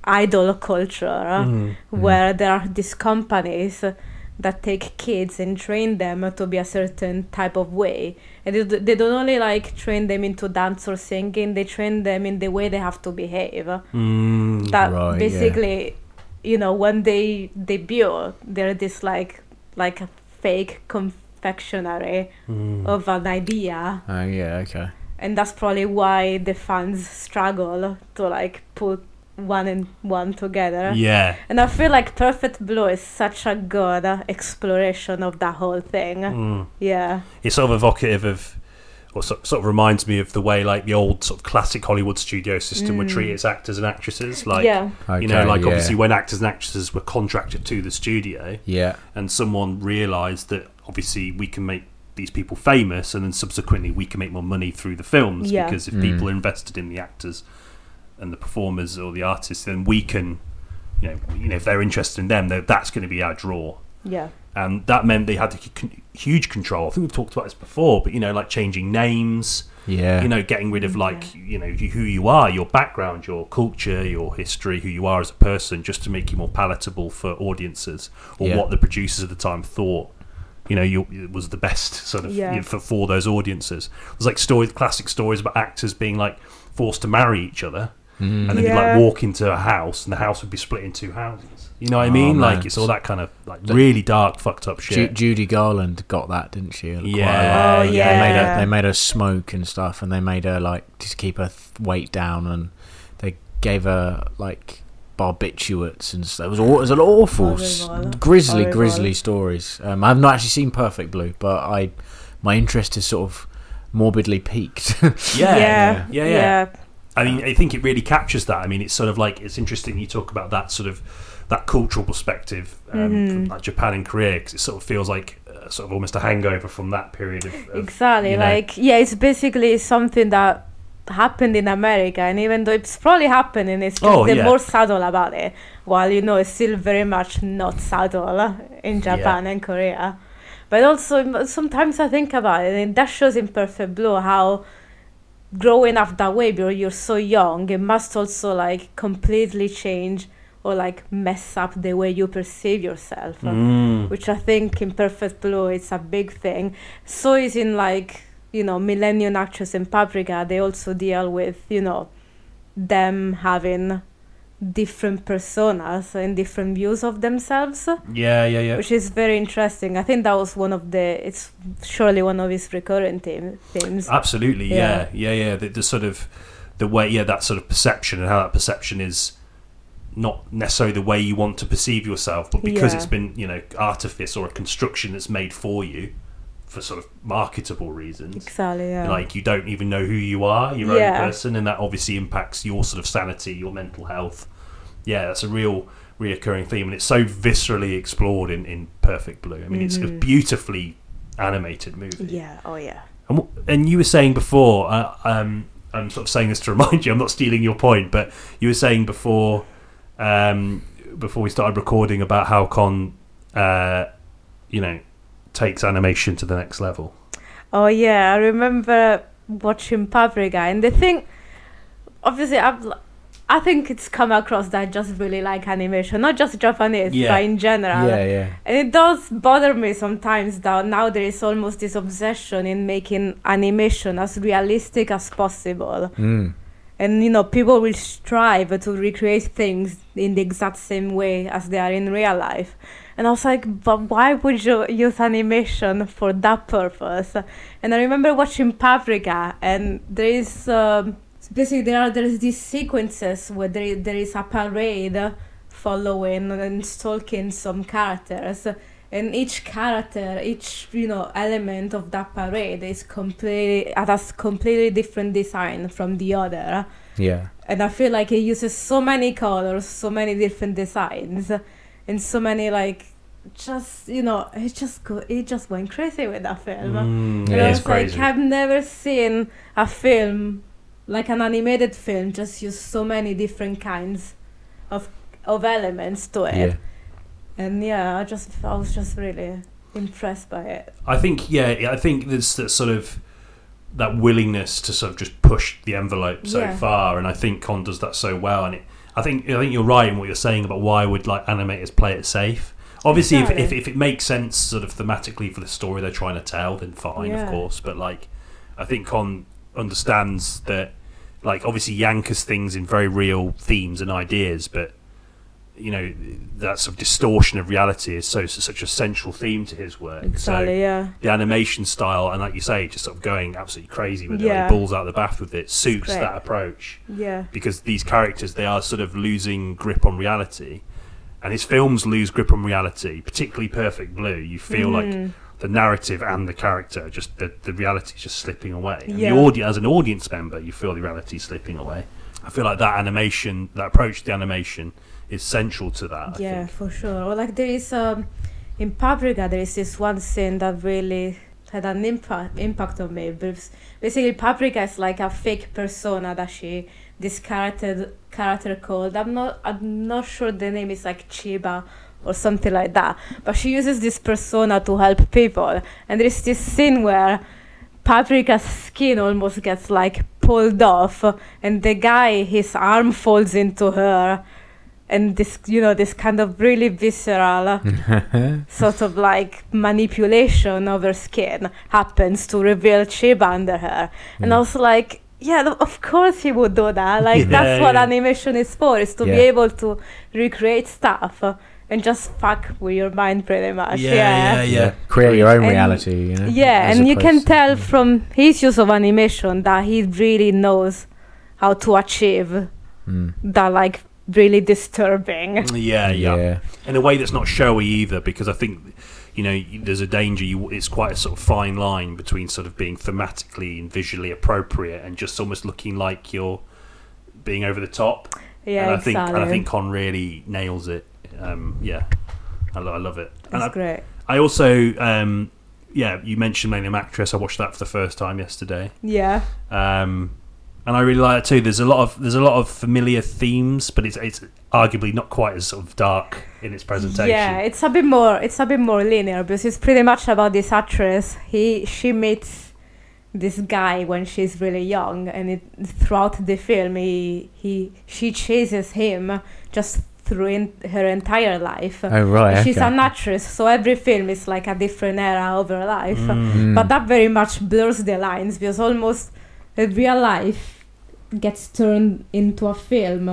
S3: idol culture
S1: Mm.
S3: where there are these companies that take kids and train them to be a certain type of way and they, do- they don't only like train them into dance or singing they train them in the way they have to behave
S1: Mm.
S3: that
S2: Right, yeah.
S3: basically you know when they debut they're this like like a fake confectionery
S1: Mm.
S3: of an idea
S2: Oh yeah, okay.
S3: and that's probably why the fans struggle to like put one and one together
S1: Yeah.
S3: and i feel like perfect blue is such a good uh, exploration of that whole thing
S1: Mm.
S3: yeah
S1: It's sort of evocative of, or so, sort of reminds me of the way like the old sort of classic Hollywood studio system would
S3: Mm.
S1: treat its actors and actresses. Like,
S3: yeah
S2: okay
S1: you know, like
S2: yeah.
S1: obviously when actors and actresses were contracted to the studio,
S2: Yeah.
S1: and someone realised that obviously we can make these people famous, and then subsequently we can make more money through the films
S3: Yeah.
S1: because if
S2: Mm.
S1: people are invested in the actors and the performers or the artists, then we can, you know, you know, if they're interested in them, then that's going to be our draw
S3: yeah
S1: and that meant they had to c- con- huge control. I think we've talked about this before, but you know, like changing names,
S2: Yeah.
S1: you know, getting rid of like you know who you are, your background, your culture, your history, who you are as a person, just to make you more palatable for audiences or
S2: Yeah.
S1: what the producers at the time thought. You know, you it was the best [laughs] sort of
S3: Yeah.
S1: you know, for for those audiences. There's like stories, classic stories about actors being like forced to marry each other.
S2: Mm-hmm.
S1: And then
S3: Yeah.
S1: you'd like walk into a house, and the house would be split in two houses. You know what I
S2: Oh,
S1: mean? like
S2: man.
S1: it's all that kind of like
S2: That-
S1: really dark, fucked up shit.
S2: Ju- Judy Garland got that, didn't she? Quite a lot.
S1: Yeah,
S3: Oh,
S2: They made her.
S3: yeah.
S2: They made her smoke and stuff, and they made her like just keep her th- weight down, and they gave her like barbiturates, and so it was, aw- it was an awful, s-
S3: Horrible.
S2: grisly,
S3: Horrible.
S2: grisly stories. Um, I've not actually seen Perfect Blue, but I, my interest is sort of morbidly peaked. [laughs]
S1: yeah,
S3: yeah
S1: yeah, yeah. I mean, I think it really captures that. I mean, it's sort of like it's interesting you talk about that sort of that cultural perspective um, from
S3: Mhm.
S1: like Japan and Korea because it sort of feels like uh, sort of almost a hangover from that period of, of
S3: exactly
S1: you know.
S3: like yeah it's basically something that happened in america and even though it's probably happening it's just
S1: Oh,
S3: they're
S1: yeah.
S3: more subtle about it while you know it's still very much not subtle in japan and korea but also sometimes i think about it and that shows in perfect blue how growing up that way because you're so young it must also like completely change or like mess up the way you perceive yourself
S1: Mm.
S3: which I think in Perfect Blue it's a big thing. So is in like you know Millennium Actress and Paprika. They also deal with you know them having different personas and different views of themselves,
S1: yeah, yeah, yeah.
S3: which is very interesting. I think that was one of the. It's surely one of his recurrent theme, themes.
S1: Uh, Absolutely, yeah, yeah, yeah. The, the sort of the way, yeah, that sort of perception and how that perception is not necessarily the way you want to perceive yourself, but because
S3: Yeah.
S1: it's been you know artifice or a construction that's made for you for sort of marketable reasons.
S3: Exactly. Yeah.
S1: Like you don't even know who you are, your
S3: Yeah.
S1: own person, and that obviously impacts your sort of sanity, your mental health. Yeah, that's a real reoccurring theme, and it's so viscerally explored in, in Perfect Blue. I mean, it's a
S3: Mhm.
S1: beautifully animated movie.
S3: yeah. Oh yeah.
S1: And, wh- and you were saying before, uh, um, I'm sort of saying this to [laughs] remind you, I'm not stealing your point, but you were saying before, um, before we started recording about how Con, uh, you know, takes animation to the next level.
S3: Oh yeah, I remember watching Paprika, and the thing, obviously, I've, l- I think it's come across that I just really like animation, not just Japanese,
S1: Yeah.
S3: but in general.
S2: yeah, yeah.
S3: And it does bother me sometimes that now there is almost this obsession in making animation as realistic as possible,
S2: Mm.
S3: and you know people will strive to recreate things in the exact same way as they are in real life. And I was like, but why would you use animation for that purpose? And I remember watching Paprika, and there is um, basically there are there is these sequences where there is, there is a parade following and stalking some characters, and each character, each you know element of that parade is completely has completely different design from the other
S2: Yeah.
S3: and I feel like it uses so many colors, so many different designs, and so many like just you know it just go it just went crazy with that film.
S1: Mm,
S3: And
S2: Yeah,
S3: I
S1: it's
S3: was like,
S1: crazy.
S3: I've never seen a film like an animated film just use so many different kinds of of elements to it.
S2: Yeah.
S3: And yeah, I just I was just really impressed by it.
S1: I think yeah, I think there's that sort of that willingness to sort of just push the envelope so
S3: Yeah.
S1: far, and I think Con does that so well, and it. I think I think you're right in what you're saying about why would like animators play it safe. Obviously, if,
S3: Exactly.
S1: if if it makes sense sort of thematically for the story they're trying to tell, then fine,
S3: Yeah.
S1: of course. But like, I think Con understands that like obviously Yanker's things in very real themes and ideas, but you know that sort of distortion of reality is so such a central theme to his work. So,
S3: Exactly, yeah.
S1: the animation style and like you say just sort of going absolutely crazy with it
S3: Yeah.
S1: like balls out of the bath with it suits
S3: Great.
S1: that approach
S3: Yeah.
S1: because these characters they are sort of losing grip on reality and his films lose grip on reality particularly perfect blue you feel
S3: Mm-hmm.
S1: like the narrative and the character just the, the reality just slipping away and
S3: Yeah.
S1: the audience as an audience member you feel the reality slipping away i feel like that animation that approach to the animation is central to that I
S3: yeah,
S1: think.
S3: for sure. Or like there is um, in Paprika, there is this one scene that really had an impact impact on me. because Basically, Paprika is like a fake persona that she this character character called. I'm not I'm not sure the name is like Chiba or something like that. But she uses this persona to help people, and there is this scene where Paprika's skin almost gets like pulled off, and the guy, his arm folds into her, and this, you know, this kind of really visceral uh,
S2: Mm-hmm.
S3: sort of like manipulation of her skin happens to reveal Chiba under her. And
S2: Mm.
S3: I was like, yeah, th- of course he would do
S2: [laughs]
S3: that. Like,
S1: Yeah,
S3: that's what
S1: yeah.
S3: animation is for, is to be
S2: Yeah.
S3: able to recreate stuff uh, and just fuck with your mind pretty much.
S2: Create your own
S3: And-
S2: reality, you know?
S3: Yeah,
S2: as
S3: and you can
S2: opposed to- Mm.
S3: tell from his use of animation that he really knows how to achieve
S2: Mm.
S3: that, like, really disturbing.
S1: yeah, yeah.
S2: yeah.
S1: in a way that's not showy either because i think you know you- there's a danger you it's quite a sort of fine line between sort of being thematically and visually appropriate and just almost looking like you're being over the top
S3: Yeah,
S1: and i
S3: exactly.
S1: think and i think con really nails it um yeah i, lo- I love it and
S3: That's
S1: I,
S3: great.
S1: I also um yeah you mentioned Millennium actress i watched that for the first time yesterday
S3: Yeah,
S1: um, and I really like it too. There's a lot of there's a lot of familiar themes, but it's it's arguably not quite as sort of dark in its presentation.
S3: yeah. It's a bit more. It's a bit more linear because it's pretty much about this actress. He she meets this guy when she's really young, and it, throughout the film, he he she chases him just through in, her entire life.
S2: Oh, right.
S3: She's
S2: okay.
S3: an actress, so every film is like a different era of her life.
S1: Mm.
S3: But that very much blurs the lines because almost uh, real life gets turned into a film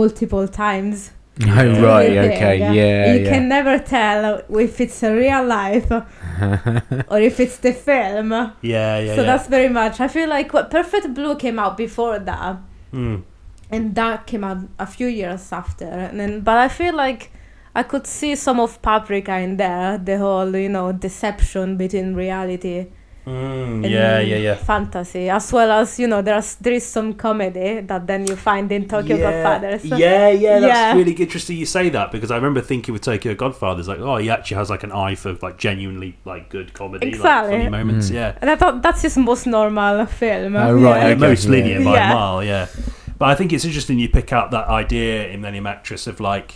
S3: multiple times.
S2: [laughs] Oh, right.
S3: Everything.
S2: Okay. Yeah.
S3: you
S2: yeah.
S3: can never tell if it's a real life
S2: [laughs]
S3: or if it's the film.
S1: Yeah, yeah,
S3: so
S1: yeah.
S3: that's very much. I feel like what Perfect Blue came out before that
S1: Mm.
S3: and that came out a few years after and then but i feel like i could see some of paprika in there the whole you know deception between reality
S1: Mm,
S3: and
S1: yeah, yeah, yeah.
S3: fantasy as well as you know there's there is some comedy that then you find in tokyo
S1: yeah.
S3: godfathers
S1: Yeah, yeah, that's
S3: Yeah.
S1: really interesting you say that because I remember thinking with Tokyo Godfathers, like, oh, he actually has like an eye for like genuinely like good comedy,
S3: Exactly.
S1: like funny moments.
S2: Mm.
S1: Yeah,
S3: and i thought that's his most normal film
S2: Oh, right,
S1: Yeah,
S2: okay.
S1: most
S2: yeah.
S1: linear by
S3: Yeah.
S1: a mile, yeah. But I think it's interesting you pick out that idea in Millennium Actress of like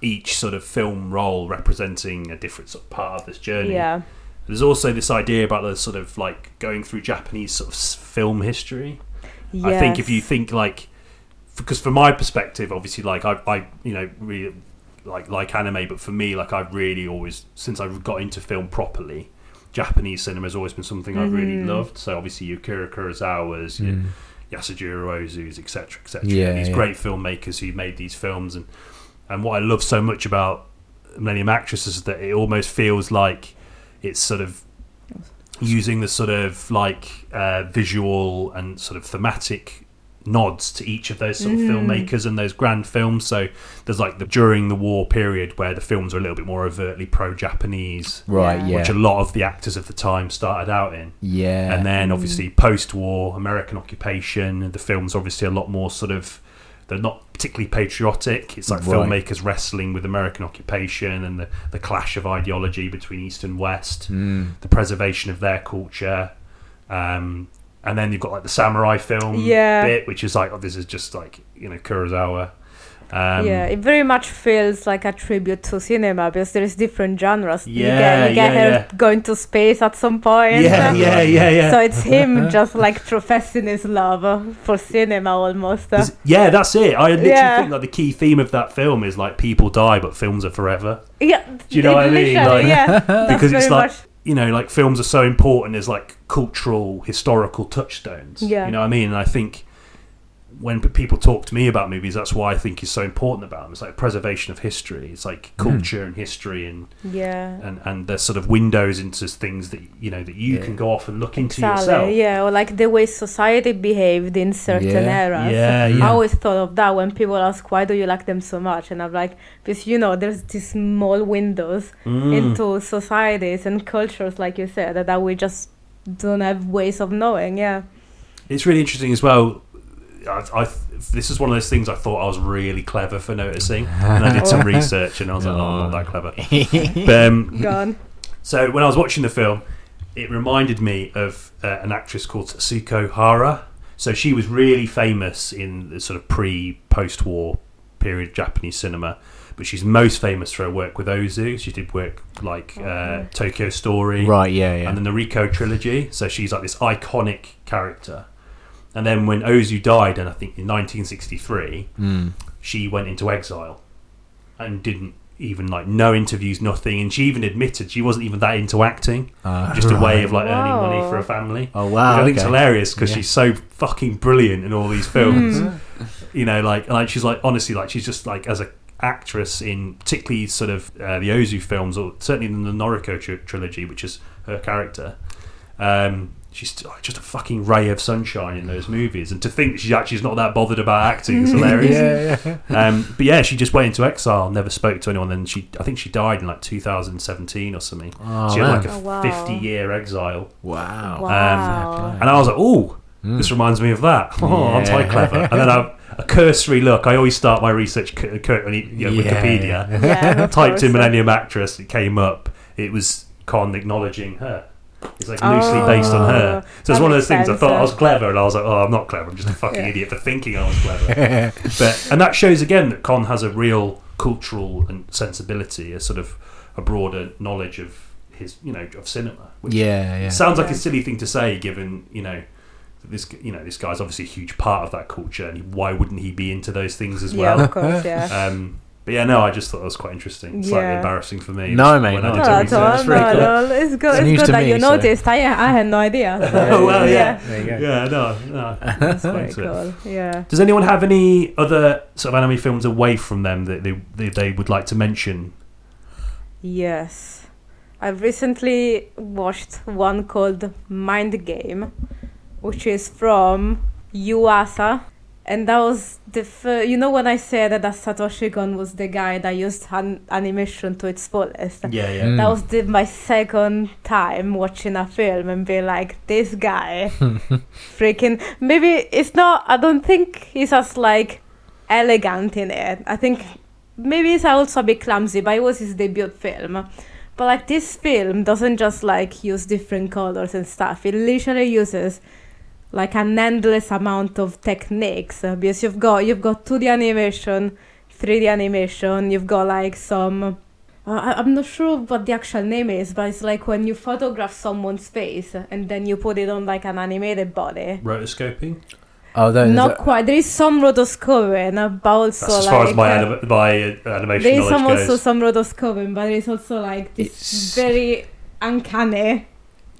S1: each sort of film role representing a different sort of part of this journey.
S3: yeah
S1: There's also this idea about the sort of like going through Japanese sort of s- film history. I think if you
S3: Yes.
S1: think like, because from my perspective, obviously, like I, I, you know, really like like anime, but for me, like I've really always since I got into film properly, Japanese cinema has always been something I've
S3: Mm-hmm.
S1: really loved. So obviously, Yukira Kurosawa's,
S2: Mm.
S1: you- Yasujiro Ozu's, etc., etc.
S2: Yeah,
S1: these
S2: yeah.
S1: great filmmakers who made these films, and and what I love so much about Millennium Actress is that it almost feels like it's sort of using the sort of like uh, visual and sort of thematic nods to each of those sort of filmmakers and those grand films. So there's like the during the war period where the films are a little bit more overtly pro-Japanese,
S2: Right.
S3: Yeah.
S2: Yeah.
S1: which a lot of the actors of the time started out in.
S2: yeah.
S1: And then obviously post-war American occupation, the films obviously a lot more sort of they're not particularly patriotic. It's like
S2: Right.
S1: filmmakers wrestling with American occupation and the, the clash of ideology between East and West
S2: Mm.
S1: the preservation of their culture. Um, and then you've got like the samurai film
S3: Yeah.
S1: bit, which is like, oh, this is just like, you know, Kurosawa. Um,
S3: yeah, it very much feels like a tribute to cinema because there is different genres. you
S1: Yeah,
S3: get, you get
S1: yeah,
S3: her
S1: yeah.
S3: going to space at some point.
S1: yeah, yeah, yeah, yeah.
S3: So it's
S1: [laughs]
S3: him just like professing his love for cinema almost.
S1: Is- yeah, that's it. I literally
S3: Yeah.
S1: think like the key theme of that film is like people die, but films are forever.
S3: yeah,
S1: Do you know what I mean?
S3: literally,
S1: Like- [laughs]
S3: yeah, Oh, that's
S1: because it's
S3: very
S1: like
S3: much
S1: you know, like films are so important as like cultural, historical touchstones.
S3: Yeah.
S1: you know what I mean. And I think when p- people talk to me about movies, that's why I think is so important about them. It's like preservation of history. It's like culture and history, and
S3: yeah.
S1: and and there's sort of windows into things that you know that you
S2: Yeah.
S1: can go off and look into
S3: Exactly,
S1: yourself.
S3: Yeah, or like the way society behaved in certain
S2: Yeah.
S3: eras.
S1: Yeah,
S3: I
S1: yeah.
S3: always thought of that when people ask, why do you like them so much? And I'm like, because, you know, there's these small windows
S1: Mm.
S3: into societies and cultures, like you said, that, that we just don't have ways of knowing. Yeah.
S1: It's really interesting as well. I, I this is one of those things I thought I was really clever for noticing, and I did some research, and I was like, oh, I'm not that clever. But, um, [laughs]
S3: Gone.
S1: so when I was watching the film, it reminded me of uh, an actress called Tsuko Hara. So she was really famous in the sort of pre-post-war period of Japanese cinema, but she's most famous for her work with Ozu. She did work like uh, Tokyo Story,
S2: Right, yeah, yeah.
S1: and then the Rico trilogy. So she's like this iconic character. And then when Ozu died, and I think in 1963,
S2: Hmm.
S1: she went into exile and didn't even like no interviews, nothing. And she even admitted she wasn't even that into acting,
S2: Ah,
S1: just a way of like
S3: Wow.
S1: earning money for a family.
S2: oh
S1: Which
S2: wow!
S1: Ah, I think it's
S2: okay.
S1: hilarious because
S2: Yeah.
S1: she's so fucking brilliant in all these films.
S2: Mm.
S1: you know, like like she's like honestly like she's just like as a actress in particularly sort of uh, the Ozu films or certainly in the Noriko tr- trilogy, which is her character. Um, she's t- just a fucking ray of sunshine in those movies, and to think that she's actually not that bothered about acting is hilarious.
S2: [laughs] Yeah,
S3: [laughs]
S2: yeah.
S1: Um, but yeah, she just went into exile, never spoke to anyone. And she, I think she died in like 2017 or something.
S2: Oh,
S1: she had
S2: man.
S1: like a
S3: Oh, wow.
S1: 50 year exile.
S2: Wow.
S3: Wow.
S1: Um, And I was like, oh, this reminds me of that. [laughs] Oh, aren't I
S2: Hmm. Yeah.
S1: clever? And then I, a cursory look. I always start my research cu- cur- you know,
S2: Yeah.
S1: Wikipedia.
S2: [laughs]
S3: yeah,
S1: [laughs]
S3: of
S1: Typed in
S3: course.
S1: Millennium Actress, it came up. It was Con acknowledging her. It's like
S3: Oh,
S1: loosely based on her. So it's
S3: that
S1: one of those
S3: makes
S1: things I
S3: sense,
S1: thought I
S3: yeah.
S1: was clever, and I was like, oh, I'm not clever. I'm just a fucking idiot for thinking I was clever
S2: [laughs]
S1: but and that shows again that Con has a real cultural and sensibility, a sort of a broader knowledge of his, you know, of cinema. Which
S2: yeah, yeah.
S1: sounds like
S3: Yeah.
S1: a silly thing to say, given you know that this, you know, this guy's obviously a huge part of that culture, and why wouldn't he be into those things as
S3: Yeah,
S1: well?
S3: of
S1: [laughs]
S3: course, [laughs] yeah.
S1: Um, but yeah, no, I just thought that was quite interesting. Slightly
S3: Yeah.
S1: embarrassing for me.
S2: No,
S1: when
S2: mate,
S1: I did
S2: no.
S3: Not
S1: the research.
S3: at all,
S2: It's
S3: not
S2: pretty
S3: at
S2: cool.
S3: all. It's good,
S2: It's
S3: it's
S2: news
S3: good
S2: to
S3: that
S2: me,
S3: you
S2: so-
S3: noticed. I, I had no idea.
S1: Oh [laughs] well, yeah,
S2: There you go.
S1: yeah, no, no.
S3: That's very
S1: Thanks, yeah.
S3: cool. Yeah.
S1: Does anyone have any other sort of anime films away from them that they, they, they would like to mention?
S3: Yes. I recently watched one called Mind Game, which is from Yuasa. And that was the fir- you know when I said that Satoshi Gon was the guy that used han- animation to its fullest.
S1: Yeah, yeah.
S3: That was the, my second time watching a film and being like, this guy, freaking. Maybe it's not. I don't think he's as like elegant in it. I think maybe it's also a bit clumsy, but it was his debut film. But like this film doesn't just like use different colors and stuff. It literally uses like an endless amount of techniques uh, because you've got you've got 2D animation, 3D animation. You've got like some. Uh, I- I'm not sure what the actual name is, but it's like when you photograph someone's face and then you put it on like an animated body.
S1: Rotoscoping.
S2: Oh, those,
S3: Not quite. There is some rotoscoping, uh, but also
S1: That's as
S3: like
S1: far as my,
S3: uh,
S1: anim- my uh, animation
S3: there is some
S1: knowledge
S3: also
S1: goes.
S3: some rotoscoping, but there is also like this
S2: It's-
S3: very uncanny.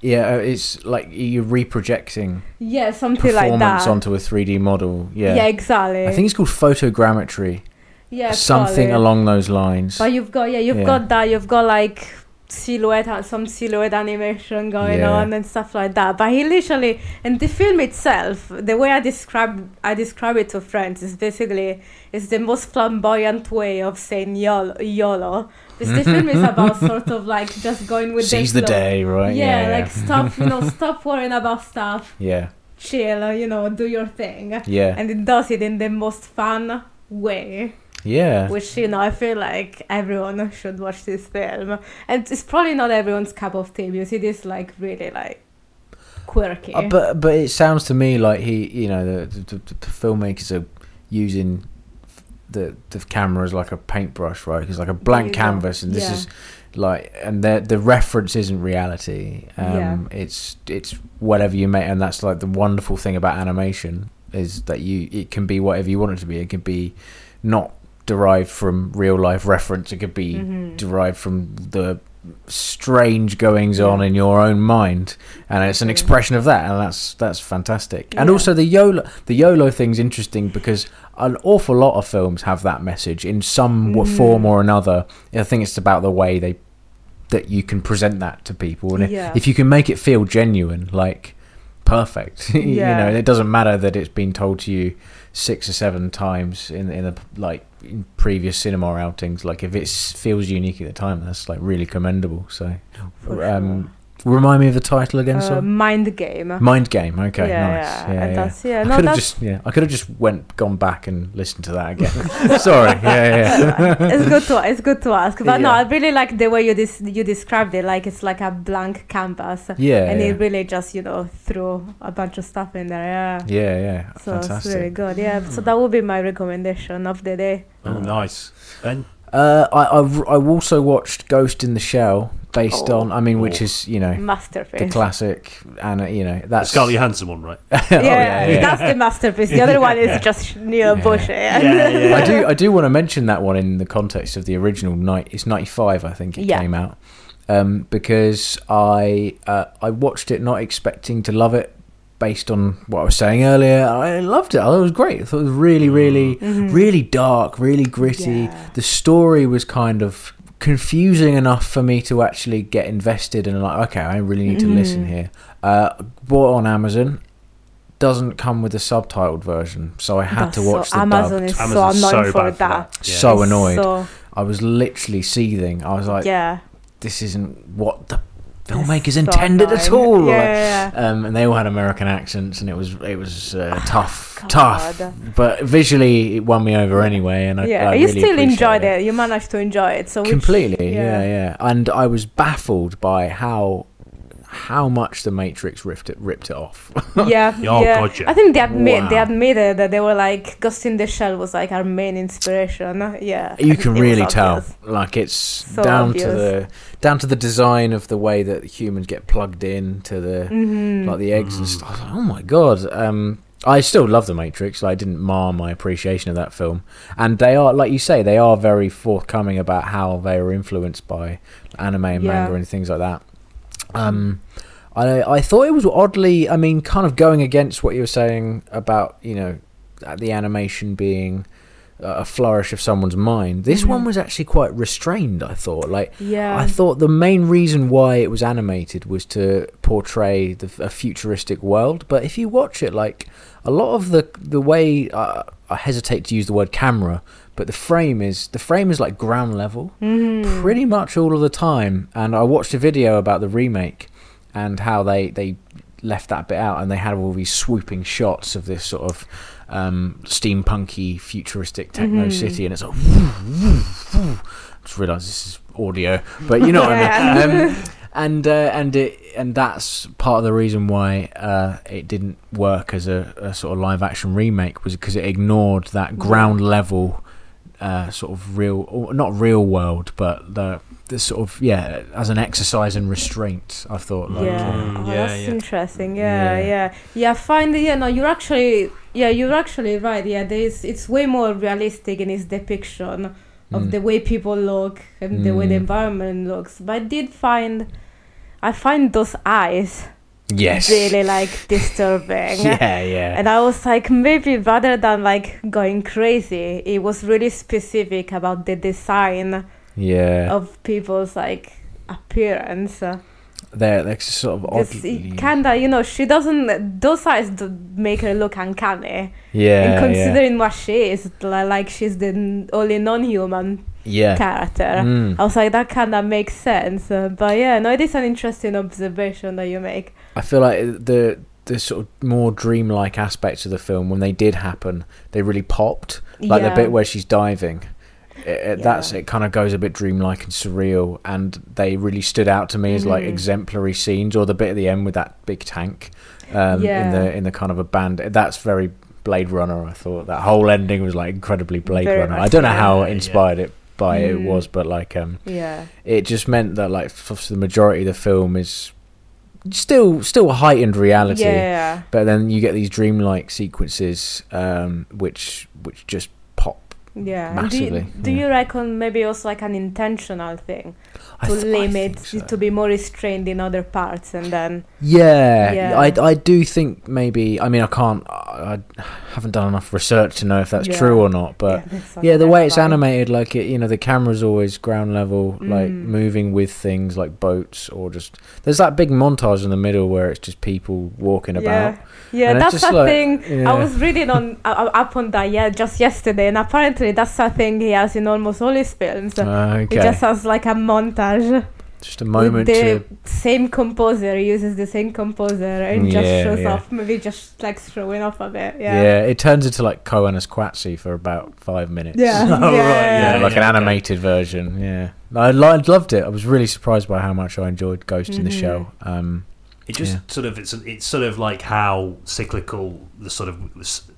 S2: yeah, uh, it's like you're reprojecting
S3: Yeah, something like
S2: performance
S3: that.
S2: onto a 3D model. Yeah.
S3: exactly.
S2: I think it's called photogrammetry,
S3: yeah,
S2: something
S3: probably.
S2: along those lines.
S3: But you've got yeah, you've
S2: Yeah.
S3: got that. You've got like silhouette, uh, some silhouette animation going
S2: Yeah.
S3: on and stuff like that. But he literally, and the film itself, the way I describe I describe it to friends is basically it's the most flamboyant way of saying YOLO. YOLO. Because the film
S2: [laughs]
S3: is about sort of like just going with
S2: Seize
S3: the,
S2: the
S3: flow.
S2: day, right?
S3: Yeah,
S2: yeah,
S3: like
S2: [laughs]
S3: stop, you know, stop worrying about stuff.
S2: yeah,
S3: Chill, you know, do your thing.
S2: yeah,
S3: And it does it in the most fun way
S2: yeah.
S3: which you know I feel like everyone should watch this film, and it's probably not everyone's cup of tea because it is like really like quirky.
S2: Uh, but but it sounds to me like he, you know, the, the, the, the filmmakers are using f- the the camera is like a paintbrush, right? It's like a blank
S3: Yeah.
S2: canvas, and this
S3: Yeah.
S2: is like, and the the reference isn't reality.
S3: Yeah.
S2: Um, It's it's whatever you make, and that's like the wonderful thing about animation is that you it can be whatever you want it to be. It can be not derived from real life reference. It could be
S3: Mhm.
S2: derived from the strange goings on
S3: Yeah.
S2: in your own mind and it's an
S3: Yeah.
S2: expression of that and that's that's fantastic and
S3: Yeah.
S2: also the yolo the yolo thing's interesting because an awful lot of films have that message in some w
S3: Mhm.
S2: form or another i think it's about the way they that you can present that to people and if-
S3: Yeah.
S2: if you can make it feel genuine like perfect [laughs]
S3: Yeah.
S2: you know it doesn't matter that it's been told to you six or seven times in in the like in previous cinema outings like if it feels unique at the time that's like really commendable so
S3: For
S2: um remind me of the title again
S3: sure. uh,
S2: sorry
S3: mind game.
S2: mind game okay
S3: Um, yeah,
S2: nice
S3: yeah,
S2: yeah,
S3: and
S2: yeah.
S3: that's yeah.
S2: I
S3: No,
S2: could have
S3: that's
S2: just yeah I could have just went gone back and listened to that
S3: [laughs]
S2: again [laughs] sorry yeah yeah
S3: it's good to it's good to ask, but no,
S2: Yeah.
S3: I really like the way you dis- you described it. Like it's like a blank canvas,
S2: yeah
S3: and
S2: yeah.
S3: it really just you know threw a bunch of stuff in there. Yeah,
S2: yeah yeah
S3: so
S2: fantastic Hmm.
S3: it's really good. Yeah, so that would be my recommendation of the day.
S1: Oh, nice. And
S2: Uh, I, I I also watched Ghost in the Shell, based
S3: Oh.
S2: on I mean, which is you know the
S3: Masterpiece.
S2: classic, and uh, you know
S1: the
S2: that's
S1: Scarlett Johansson one, right?
S2: [laughs] Oh,
S3: yeah, that's the masterpiece. The other one
S1: Yeah.
S3: is just Neil
S2: Yeah.
S3: Bush.
S1: Yeah, yeah.
S2: I do I do want to mention that one in the context of the original night. It's ninety five, I think it
S3: Yeah.
S2: came out, um, because I uh, I watched it not expecting to love it, based on what I was saying earlier. I loved it. I thought it was great. I thought it was really really really dark, really gritty.
S3: Mm. Mm-hmm. Yeah.
S2: The story was kind of confusing enough for me to actually get invested and like, okay, I really need to
S3: Mhm.
S2: listen here. Uh, bought on Amazon. Doesn't come with the subtitled version, so I had
S3: That's
S2: to watch
S3: so,
S2: the
S3: Amazon
S2: dubbed.
S3: is
S1: Amazon's
S3: so
S1: so
S3: annoying for
S1: bad for
S3: that.
S1: that. Yeah.
S2: So
S3: It's
S2: annoyed.
S3: so-
S2: I was literally seething. I was like,
S3: yeah,
S2: this isn't what the
S3: It's
S2: filmmakers
S3: so
S2: intended at
S3: annoying.
S2: all.
S3: Yeah,
S2: Like,
S3: yeah, Oh,
S2: um, and they all had American accents, and it was it was uh, tough,
S3: God.
S2: tough. But visually, it won me over anyway, and I,
S3: yeah. yeah.
S2: I
S3: you
S2: really
S3: still
S2: appreciate
S3: enjoyed
S2: it.
S3: it. You managed to enjoy it. So which-
S2: completely yeah.
S3: yeah.
S2: yeah and i was baffled by how how much the matrix ripped it ripped it off [laughs]
S3: yeah,
S1: Yeah, oh,
S3: yeah.
S1: God, yeah.
S3: I think they admit they
S2: Wow.
S3: admitted that they were like Ghost in the Shell was like our main inspiration. Yeah, [laughs]
S2: you can
S3: It was
S2: really tell
S3: obvious.
S2: like it's
S3: So
S2: down to
S3: obvious.
S2: the down to the design of the way that humans get plugged in to the
S3: Mm-hmm.
S2: like the eggs and
S1: Mm.
S2: stuff oh my god um I still love The Matrix. Like, I didn't mar my appreciation of that film, and they are, like you say, they are very forthcoming about how they were influenced by anime and
S3: Yeah.
S2: manga and things like that. Um, I I thought it was oddly, I mean, kind of going against what you were saying about you know the animation being a flourish of someone's mind. This
S3: Mhm.
S2: one was actually quite restrained. I thought, like
S3: Yeah,
S2: I thought the main reason why it was animated was to portray the, a futuristic world. But if you watch it, like a lot of the the way uh, I hesitate to use the word camera, but the frame is the frame is like ground level
S3: Mhm.
S2: pretty much all of the time. And I watched a video about the remake and how they they left that bit out, and they had all these swooping shots of this sort of um, steampunky, futuristic techno
S3: Mhm.
S2: city, and it's like. Just realised this is audio, but you know what I
S3: [laughs]
S2: mean. Um, and uh, and it and that's part of the reason why uh, it didn't work as a, a sort of live action remake was because it ignored
S3: Mm.
S2: that ground level uh, sort of real or not real world but the the sort of yeah as an exercise in restraint I thought like um,
S3: yeah,
S1: Mm,
S3: oh,
S1: yeah,
S3: that's
S1: yeah.
S3: interesting. Yeah,
S2: Yeah.
S3: yeah, yeah. I find yeah, no, you're actually yeah, you're actually right. Yeah, there's it's way more realistic in its depiction of
S2: Mm.
S3: the way people look and the way the
S2: Mm.
S3: environment looks. But I did find I find those eyes
S2: yes
S3: really
S2: [laughs]
S3: like disturbing.
S2: yeah yeah
S3: And I was like, maybe rather than like going crazy, it was really specific about the design
S2: yeah
S3: of people's like appearance.
S2: they're, they're sort of
S3: Because
S2: oddly
S3: kinda, you know, she doesn't. Those eyes do make her look uncanny. and
S2: yeah yeah
S3: considering what she is, li- like she's the n- only non-human
S2: yeah
S3: character.
S2: Mm.
S3: I was like, that kind of makes sense. Uh, But yeah, no, it is an interesting observation that you make.
S2: I feel like the the sort of more dreamlike aspects of the film when they did happen, they really popped. Like
S3: yeah.
S2: the bit where she's diving, it, it,
S3: Yeah.
S2: that's it. Kind of goes a bit dreamlike and surreal, and they really stood out to me as like
S3: Mhm.
S2: exemplary scenes. Or the bit at the end with that big tank um,
S3: Yeah.
S2: in the in the kind of a band. That's very Blade Runner. I thought that whole ending was like incredibly Blade
S3: Very
S2: Runner.
S3: much
S2: I don't know
S1: so,
S2: how
S1: yeah, yeah.
S2: inspired it by it
S3: Mm.
S2: was, but like um,
S3: Yeah.
S2: it just meant that like for for the majority of the film is still still heightened reality.
S3: Yeah.
S2: But then you get these dreamlike sequences, um, which which just pop.
S3: Yeah. And Do,
S2: Massively,
S3: you, do
S2: yeah.
S3: you reckon maybe also like an intentional thing
S2: I
S3: to
S2: th- I
S3: limit
S2: think so.
S3: to be more restrained in other parts and then
S2: Yeah,
S3: Yeah.
S2: I, I do think maybe. I mean, I can't. I I haven't done enough research to know if that's
S3: Yeah.
S2: true or not. But
S3: that's
S2: yeah, the
S3: another
S2: way it's
S3: vibe.
S2: animated, like it, you know, the camera's always ground level, like
S3: Mm.
S2: moving with things like boats or just. There's that big montage in the middle where it's just people walking about.
S3: Yeah,
S2: And it's
S3: that's
S2: just
S3: a
S2: like-
S3: thing.
S2: yeah.
S3: I was reading on uh, up on that yeah just yesterday, and apparently that's a thing he has in almost all his films.
S2: okay,
S3: He just
S2: just,
S3: has like a montage.
S2: a moment
S3: with
S2: to.
S3: the same composer. He uses the same composer and just
S2: Yeah,
S3: shows
S2: yeah.
S3: off. Maybe just like showing off a bit.
S2: Yeah.
S3: Yeah.
S2: it turns into like Cohen as Quatsy for about five minutes.
S3: Yeah.
S1: Oh, right, [laughs]
S2: Yeah,
S1: yeah,
S2: like
S1: yeah,
S2: an
S1: okay.
S2: animated version. Yeah, I li- loved it. I was really surprised by how much I enjoyed Ghost in the
S3: Mhm.
S2: Shell. Um,
S1: It just
S2: Yeah.
S1: sort of it's it's sort of like how cyclical the sort of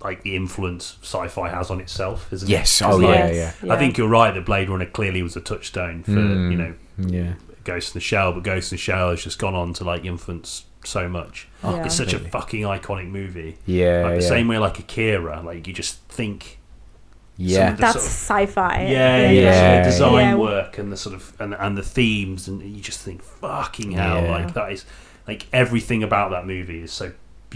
S1: like the influence sci-fi has on itself, isn't
S2: Yes,
S1: it?
S2: oh,
S1: 'Cause,
S2: yeah,
S1: like,
S3: Yes,
S1: I think you're right that Blade Runner clearly was a touchstone for
S2: Mm.
S1: you know
S2: yeah,
S1: Ghost in the Shell, but Ghost in the Shell has just gone on to like influence so much.
S3: Oh, Yeah.
S1: It's such a
S2: Completely.
S1: fucking iconic movie.
S2: yeah,
S1: like the
S2: yeah.
S1: same way like Akira, like you just think
S2: yeah.
S1: the
S3: That's
S1: sort of-
S3: sci-fi.
S1: yeah, yeah,
S2: yeah,
S1: the design
S3: yeah.
S1: work and the sort of and, and the themes and you just think fucking hell
S2: Yeah.
S1: like that is like everything about that movie is so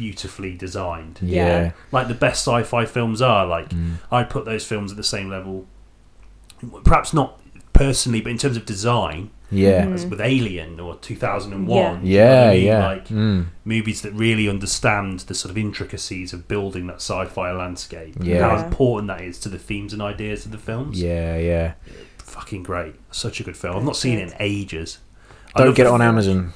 S1: beautifully designed
S2: yeah,
S1: like the best sci-fi films are like
S2: Mm.
S1: i'd put those films at the same level perhaps not personally but in terms of design
S2: yeah,
S3: Mm.
S1: as with alien or 2001 you know what
S2: yeah,
S1: I mean?
S2: yeah.
S1: like
S2: Mm.
S1: movies that really understand the sort of intricacies of building that sci-fi landscape and
S2: Yeah.
S1: how important that is to the themes and ideas of the films
S2: yeah, yeah.
S1: fucking great. Such a good film. I've not seen it in ages. I
S2: Don't
S1: love
S2: get
S1: the-
S2: it on Amazon.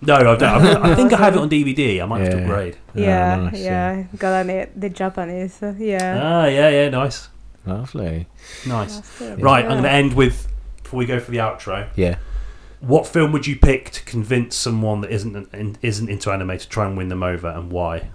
S1: No, I don't. I've- I think I have it on DVD. I might have to
S2: Yeah.
S1: upgrade.
S3: Yeah,
S2: Oh, nice,
S3: yeah, got on it. The Japanese, uh, yeah.
S1: Ah, yeah, yeah, nice,
S2: Lovely.
S1: nice.
S2: Yeah.
S1: Right,
S3: Yeah.
S1: I'm going to end with before we go for the outro.
S2: Yeah.
S1: What film would you pick to convince someone that isn't an, isn't into anime to try and win them over, and why?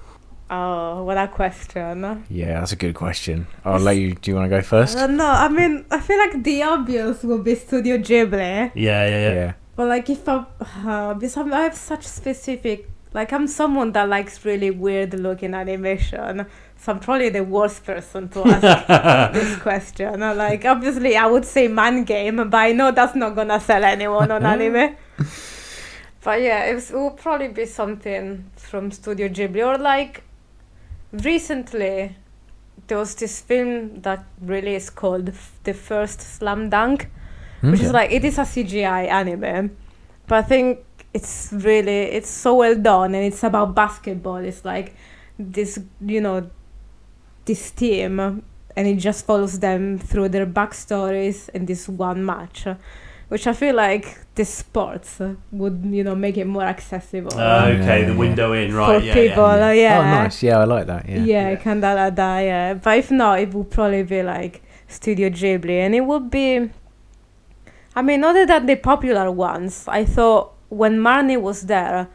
S3: Oh, what a question.
S2: Yeah, that's a good question. I'll let you. Do you want to go first?
S3: Uh, no, I mean, I feel like the obvious would be Studio Ghibli,
S1: Yeah, yeah, yeah.
S2: yeah.
S3: but like if I, uh, because I'm, I have such specific, like I'm someone that likes really weird looking animation, so I'm probably the worst person to ask [laughs] this question. Uh, Like obviously, I would say Man Game, but I know that's not gonna sell anyone on anime. Mm-hmm. But yeah, it, was, it would probably be something from Studio Ghibli or like recently there was this film that really is called F- the first slam dunk which is
S2: Okay.
S3: like it is a cgi anime but i think it's really it's so well done and it's about basketball it's like this you know this team and it just follows them through their backstories in this one match which i feel like the sports would you know make it more accessible
S1: Ah, [laughs] okay,
S2: Yeah,
S1: the
S2: yeah.
S1: window in,
S3: for
S1: right? yeah,
S3: people
S1: yeah.
S3: uh,
S2: Oh, nice. Yeah, I like that. Yeah.
S3: yeah, kind of like that, yeah. But if not, it would probably be like Studio Ghibli, and it would be. I mean, other than the popular ones, I thought when Marnie was there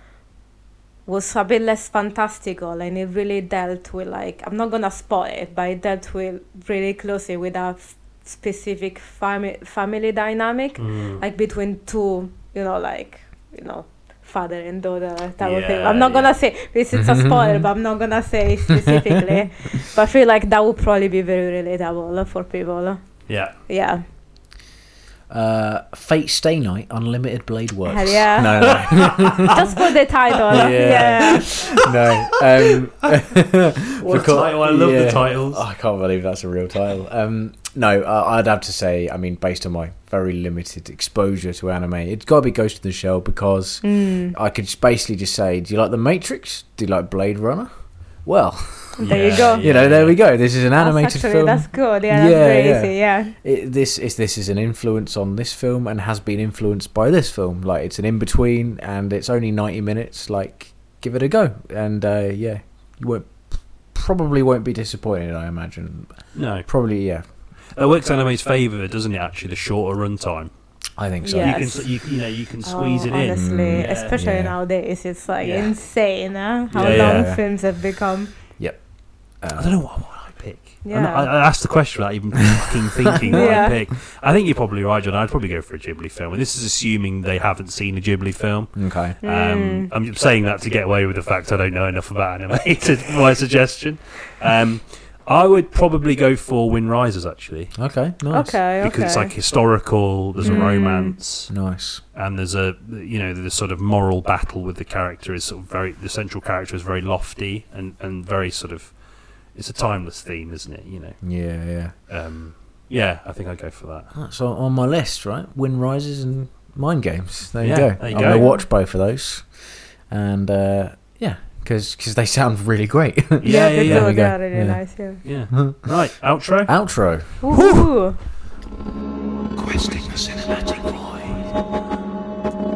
S3: was a bit less fantastical, and it really dealt with like I'm not gonna spoil it, but it dealt with really closely with a f- specific family family dynamic,
S1: Mm.
S3: like between two, you know, like you know, father and daughter type of thing.
S1: Yeah,
S3: I'm not
S1: yeah.
S3: gonna say this is a spoiler, but I'm not gonna say specifically. but I feel like that would probably be very relatable for people.
S1: Yeah,
S3: Yeah,
S2: Uh, Fate Stay Night Unlimited Blade Works.
S3: Hell yeah.
S2: No, no. [laughs]
S3: [laughs] just for the title.
S2: Yeah.
S3: yeah.
S2: no. Um,
S1: what a
S2: because-
S1: title! I love
S2: yeah.
S1: the titles.
S2: I can't believe that's a real title. Um, no, I I'd have to say, I mean, based on my very limited exposure to anime, it's got to be Ghost in the Shell because
S3: Mm,
S2: I could just basically just say, do you like The Matrix? Do you like Blade Runner? Well,
S3: There you go.
S2: you know, there we go. This is an
S3: that's
S2: animated
S3: actually
S2: film.
S3: that's good. Yeah, that's
S2: Yeah,
S3: very
S2: yeah.
S3: easy. Yeah,
S2: It, this is this is an influence on this film and has been influenced by this film. Like it's an in between and it's only ninety minutes. Like give it a go, and uh, yeah, you won't probably won't be disappointed. I imagine.
S1: No,
S2: Probably, yeah.
S1: it works anime's favour, doesn't it? Actually, the shorter runtime.
S2: I think so.
S3: Yeah.
S1: you can
S3: Yes.
S1: s- you, you know you can squeeze
S3: Oh,
S1: it in.
S3: honestly,
S2: Mm.
S1: Yeah.
S3: especially
S2: Yeah.
S3: nowadays, it's like
S1: Yeah.
S3: insane huh? how
S1: Yeah,
S3: long
S2: yeah.
S3: films have become.
S1: I
S2: Uh,
S1: don't know what, what I pick. And
S3: Yeah.
S1: I, I asked the question without even fucking thinking what
S3: Yeah.
S1: I pick. I think you're probably right, John. I'd probably go for a Ghibli film, and this is assuming they haven't seen a Ghibli film.
S2: Okay.
S1: Um,
S3: Hmm.
S1: I'm just saying that to get away with the fact I don't know enough about anime [laughs] to for my suggestion. Um, I would probably go for Wind Rises actually
S2: Okay. Nice.
S3: Okay.
S1: because it's
S3: okay.
S1: like historical. There's a
S3: Mm.
S1: romance
S2: Nice.
S1: and there's a you know the sort of moral battle with the character is sort of very the central character is very lofty and and very sort of it's a timeless theme, isn't it? You know,
S2: Yeah, yeah.
S1: um, yeah, I think I go for that.
S2: That's on, on my list, right? Wind Rises and Mind Games. There you
S1: Yeah,
S2: go.
S1: there you
S2: I'm
S1: go.
S2: gonna watch both of those, and uh, yeah, because they sound really
S1: [laughs]
S2: great.
S3: yeah,
S1: yeah,
S3: they
S1: yeah,
S3: do.
S2: there we
S3: They
S2: go.
S3: are really
S2: Yeah.
S3: nice. Yeah.
S1: Yeah, right. Outro.
S2: Outro.
S3: Ooh.
S4: Questing the cinematic void.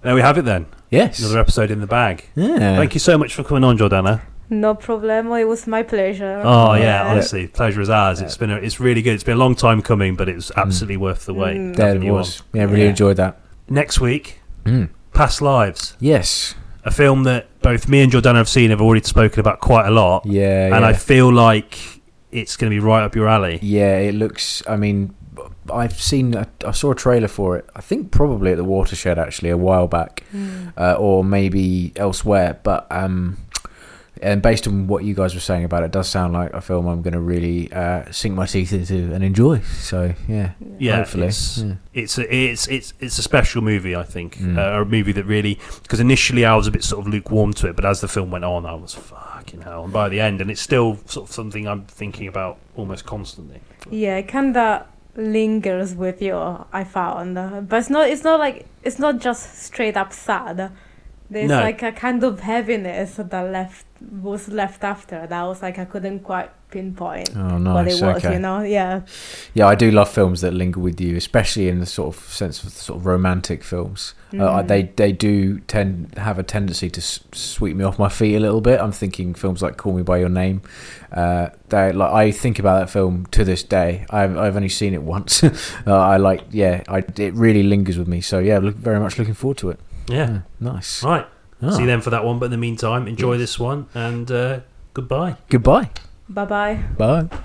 S1: There we have it then.
S2: Yes.
S1: Another episode in the bag.
S2: yeah.
S1: Thank you so much for coming on, Jordana.
S3: No problemo. It was my pleasure. Uh,
S1: Oh yeah, honestly, pleasure is ours. It's been a, it's really good. It's been a long time coming, but it was absolutely worth the wait.
S3: Mm.
S2: There
S1: Having
S2: Mm. it
S1: you
S2: was. Yeah, really
S1: Yeah. Hmm.
S2: enjoyed that.
S1: on. Next week,
S2: Mm.
S1: Past Lives,
S2: Yes.
S1: a film that both me and Jordana have seen. Have already spoken about quite a lot,
S2: Yeah.
S1: and
S2: yeah.
S1: I feel like it's going to be right up your alley.
S2: Yeah, it looks. I mean, I've seen. I, I saw a trailer for it. I think probably at the Watershed actually a while back,
S3: Hmm.
S2: uh, or maybe elsewhere. But um, and based on what you guys were saying about it, it does sound like a film I'm going to really uh, sink my teeth into and enjoy. So yeah,
S1: Yeah,
S2: hopefully.
S1: it's
S2: Yeah.
S1: it's a, it's it's it's a special movie. I think
S2: Mm.
S1: uh, a movie that really because initially I was a bit sort of lukewarm to it, but as the film went on, I was fucking hell. And by the end, and it's still sort of something I'm thinking about almost constantly.
S3: Yeah, it kinda lingers with you. I found, but it's not. It's not like it's not just straight up sad. There's
S1: No.
S3: like a kind of heaviness that left was left after that was like I couldn't quite pinpoint
S2: Oh,
S3: what
S2: nice.
S3: it was.
S2: okay.
S3: You know, yeah.
S2: Yeah, I do love films that linger with you, especially in the sort of sense of sort of romantic films. Uh, they they do tend have a tendency to s- sweep me off my feet a little bit. I'm thinking films like Call Me by Your Name. Uh, they like I think about that film to this day. I've I've only seen it once. [laughs] uh, I like yeah, I, it really lingers with me. So yeah, look, very much looking forward to it.
S1: Yeah,
S2: Yeah, nice.
S1: right.
S2: Ah,
S1: See them for that one. But in the meantime, enjoy this one and uh, goodbye.
S2: Goodbye.
S3: Bye bye.
S2: Bye.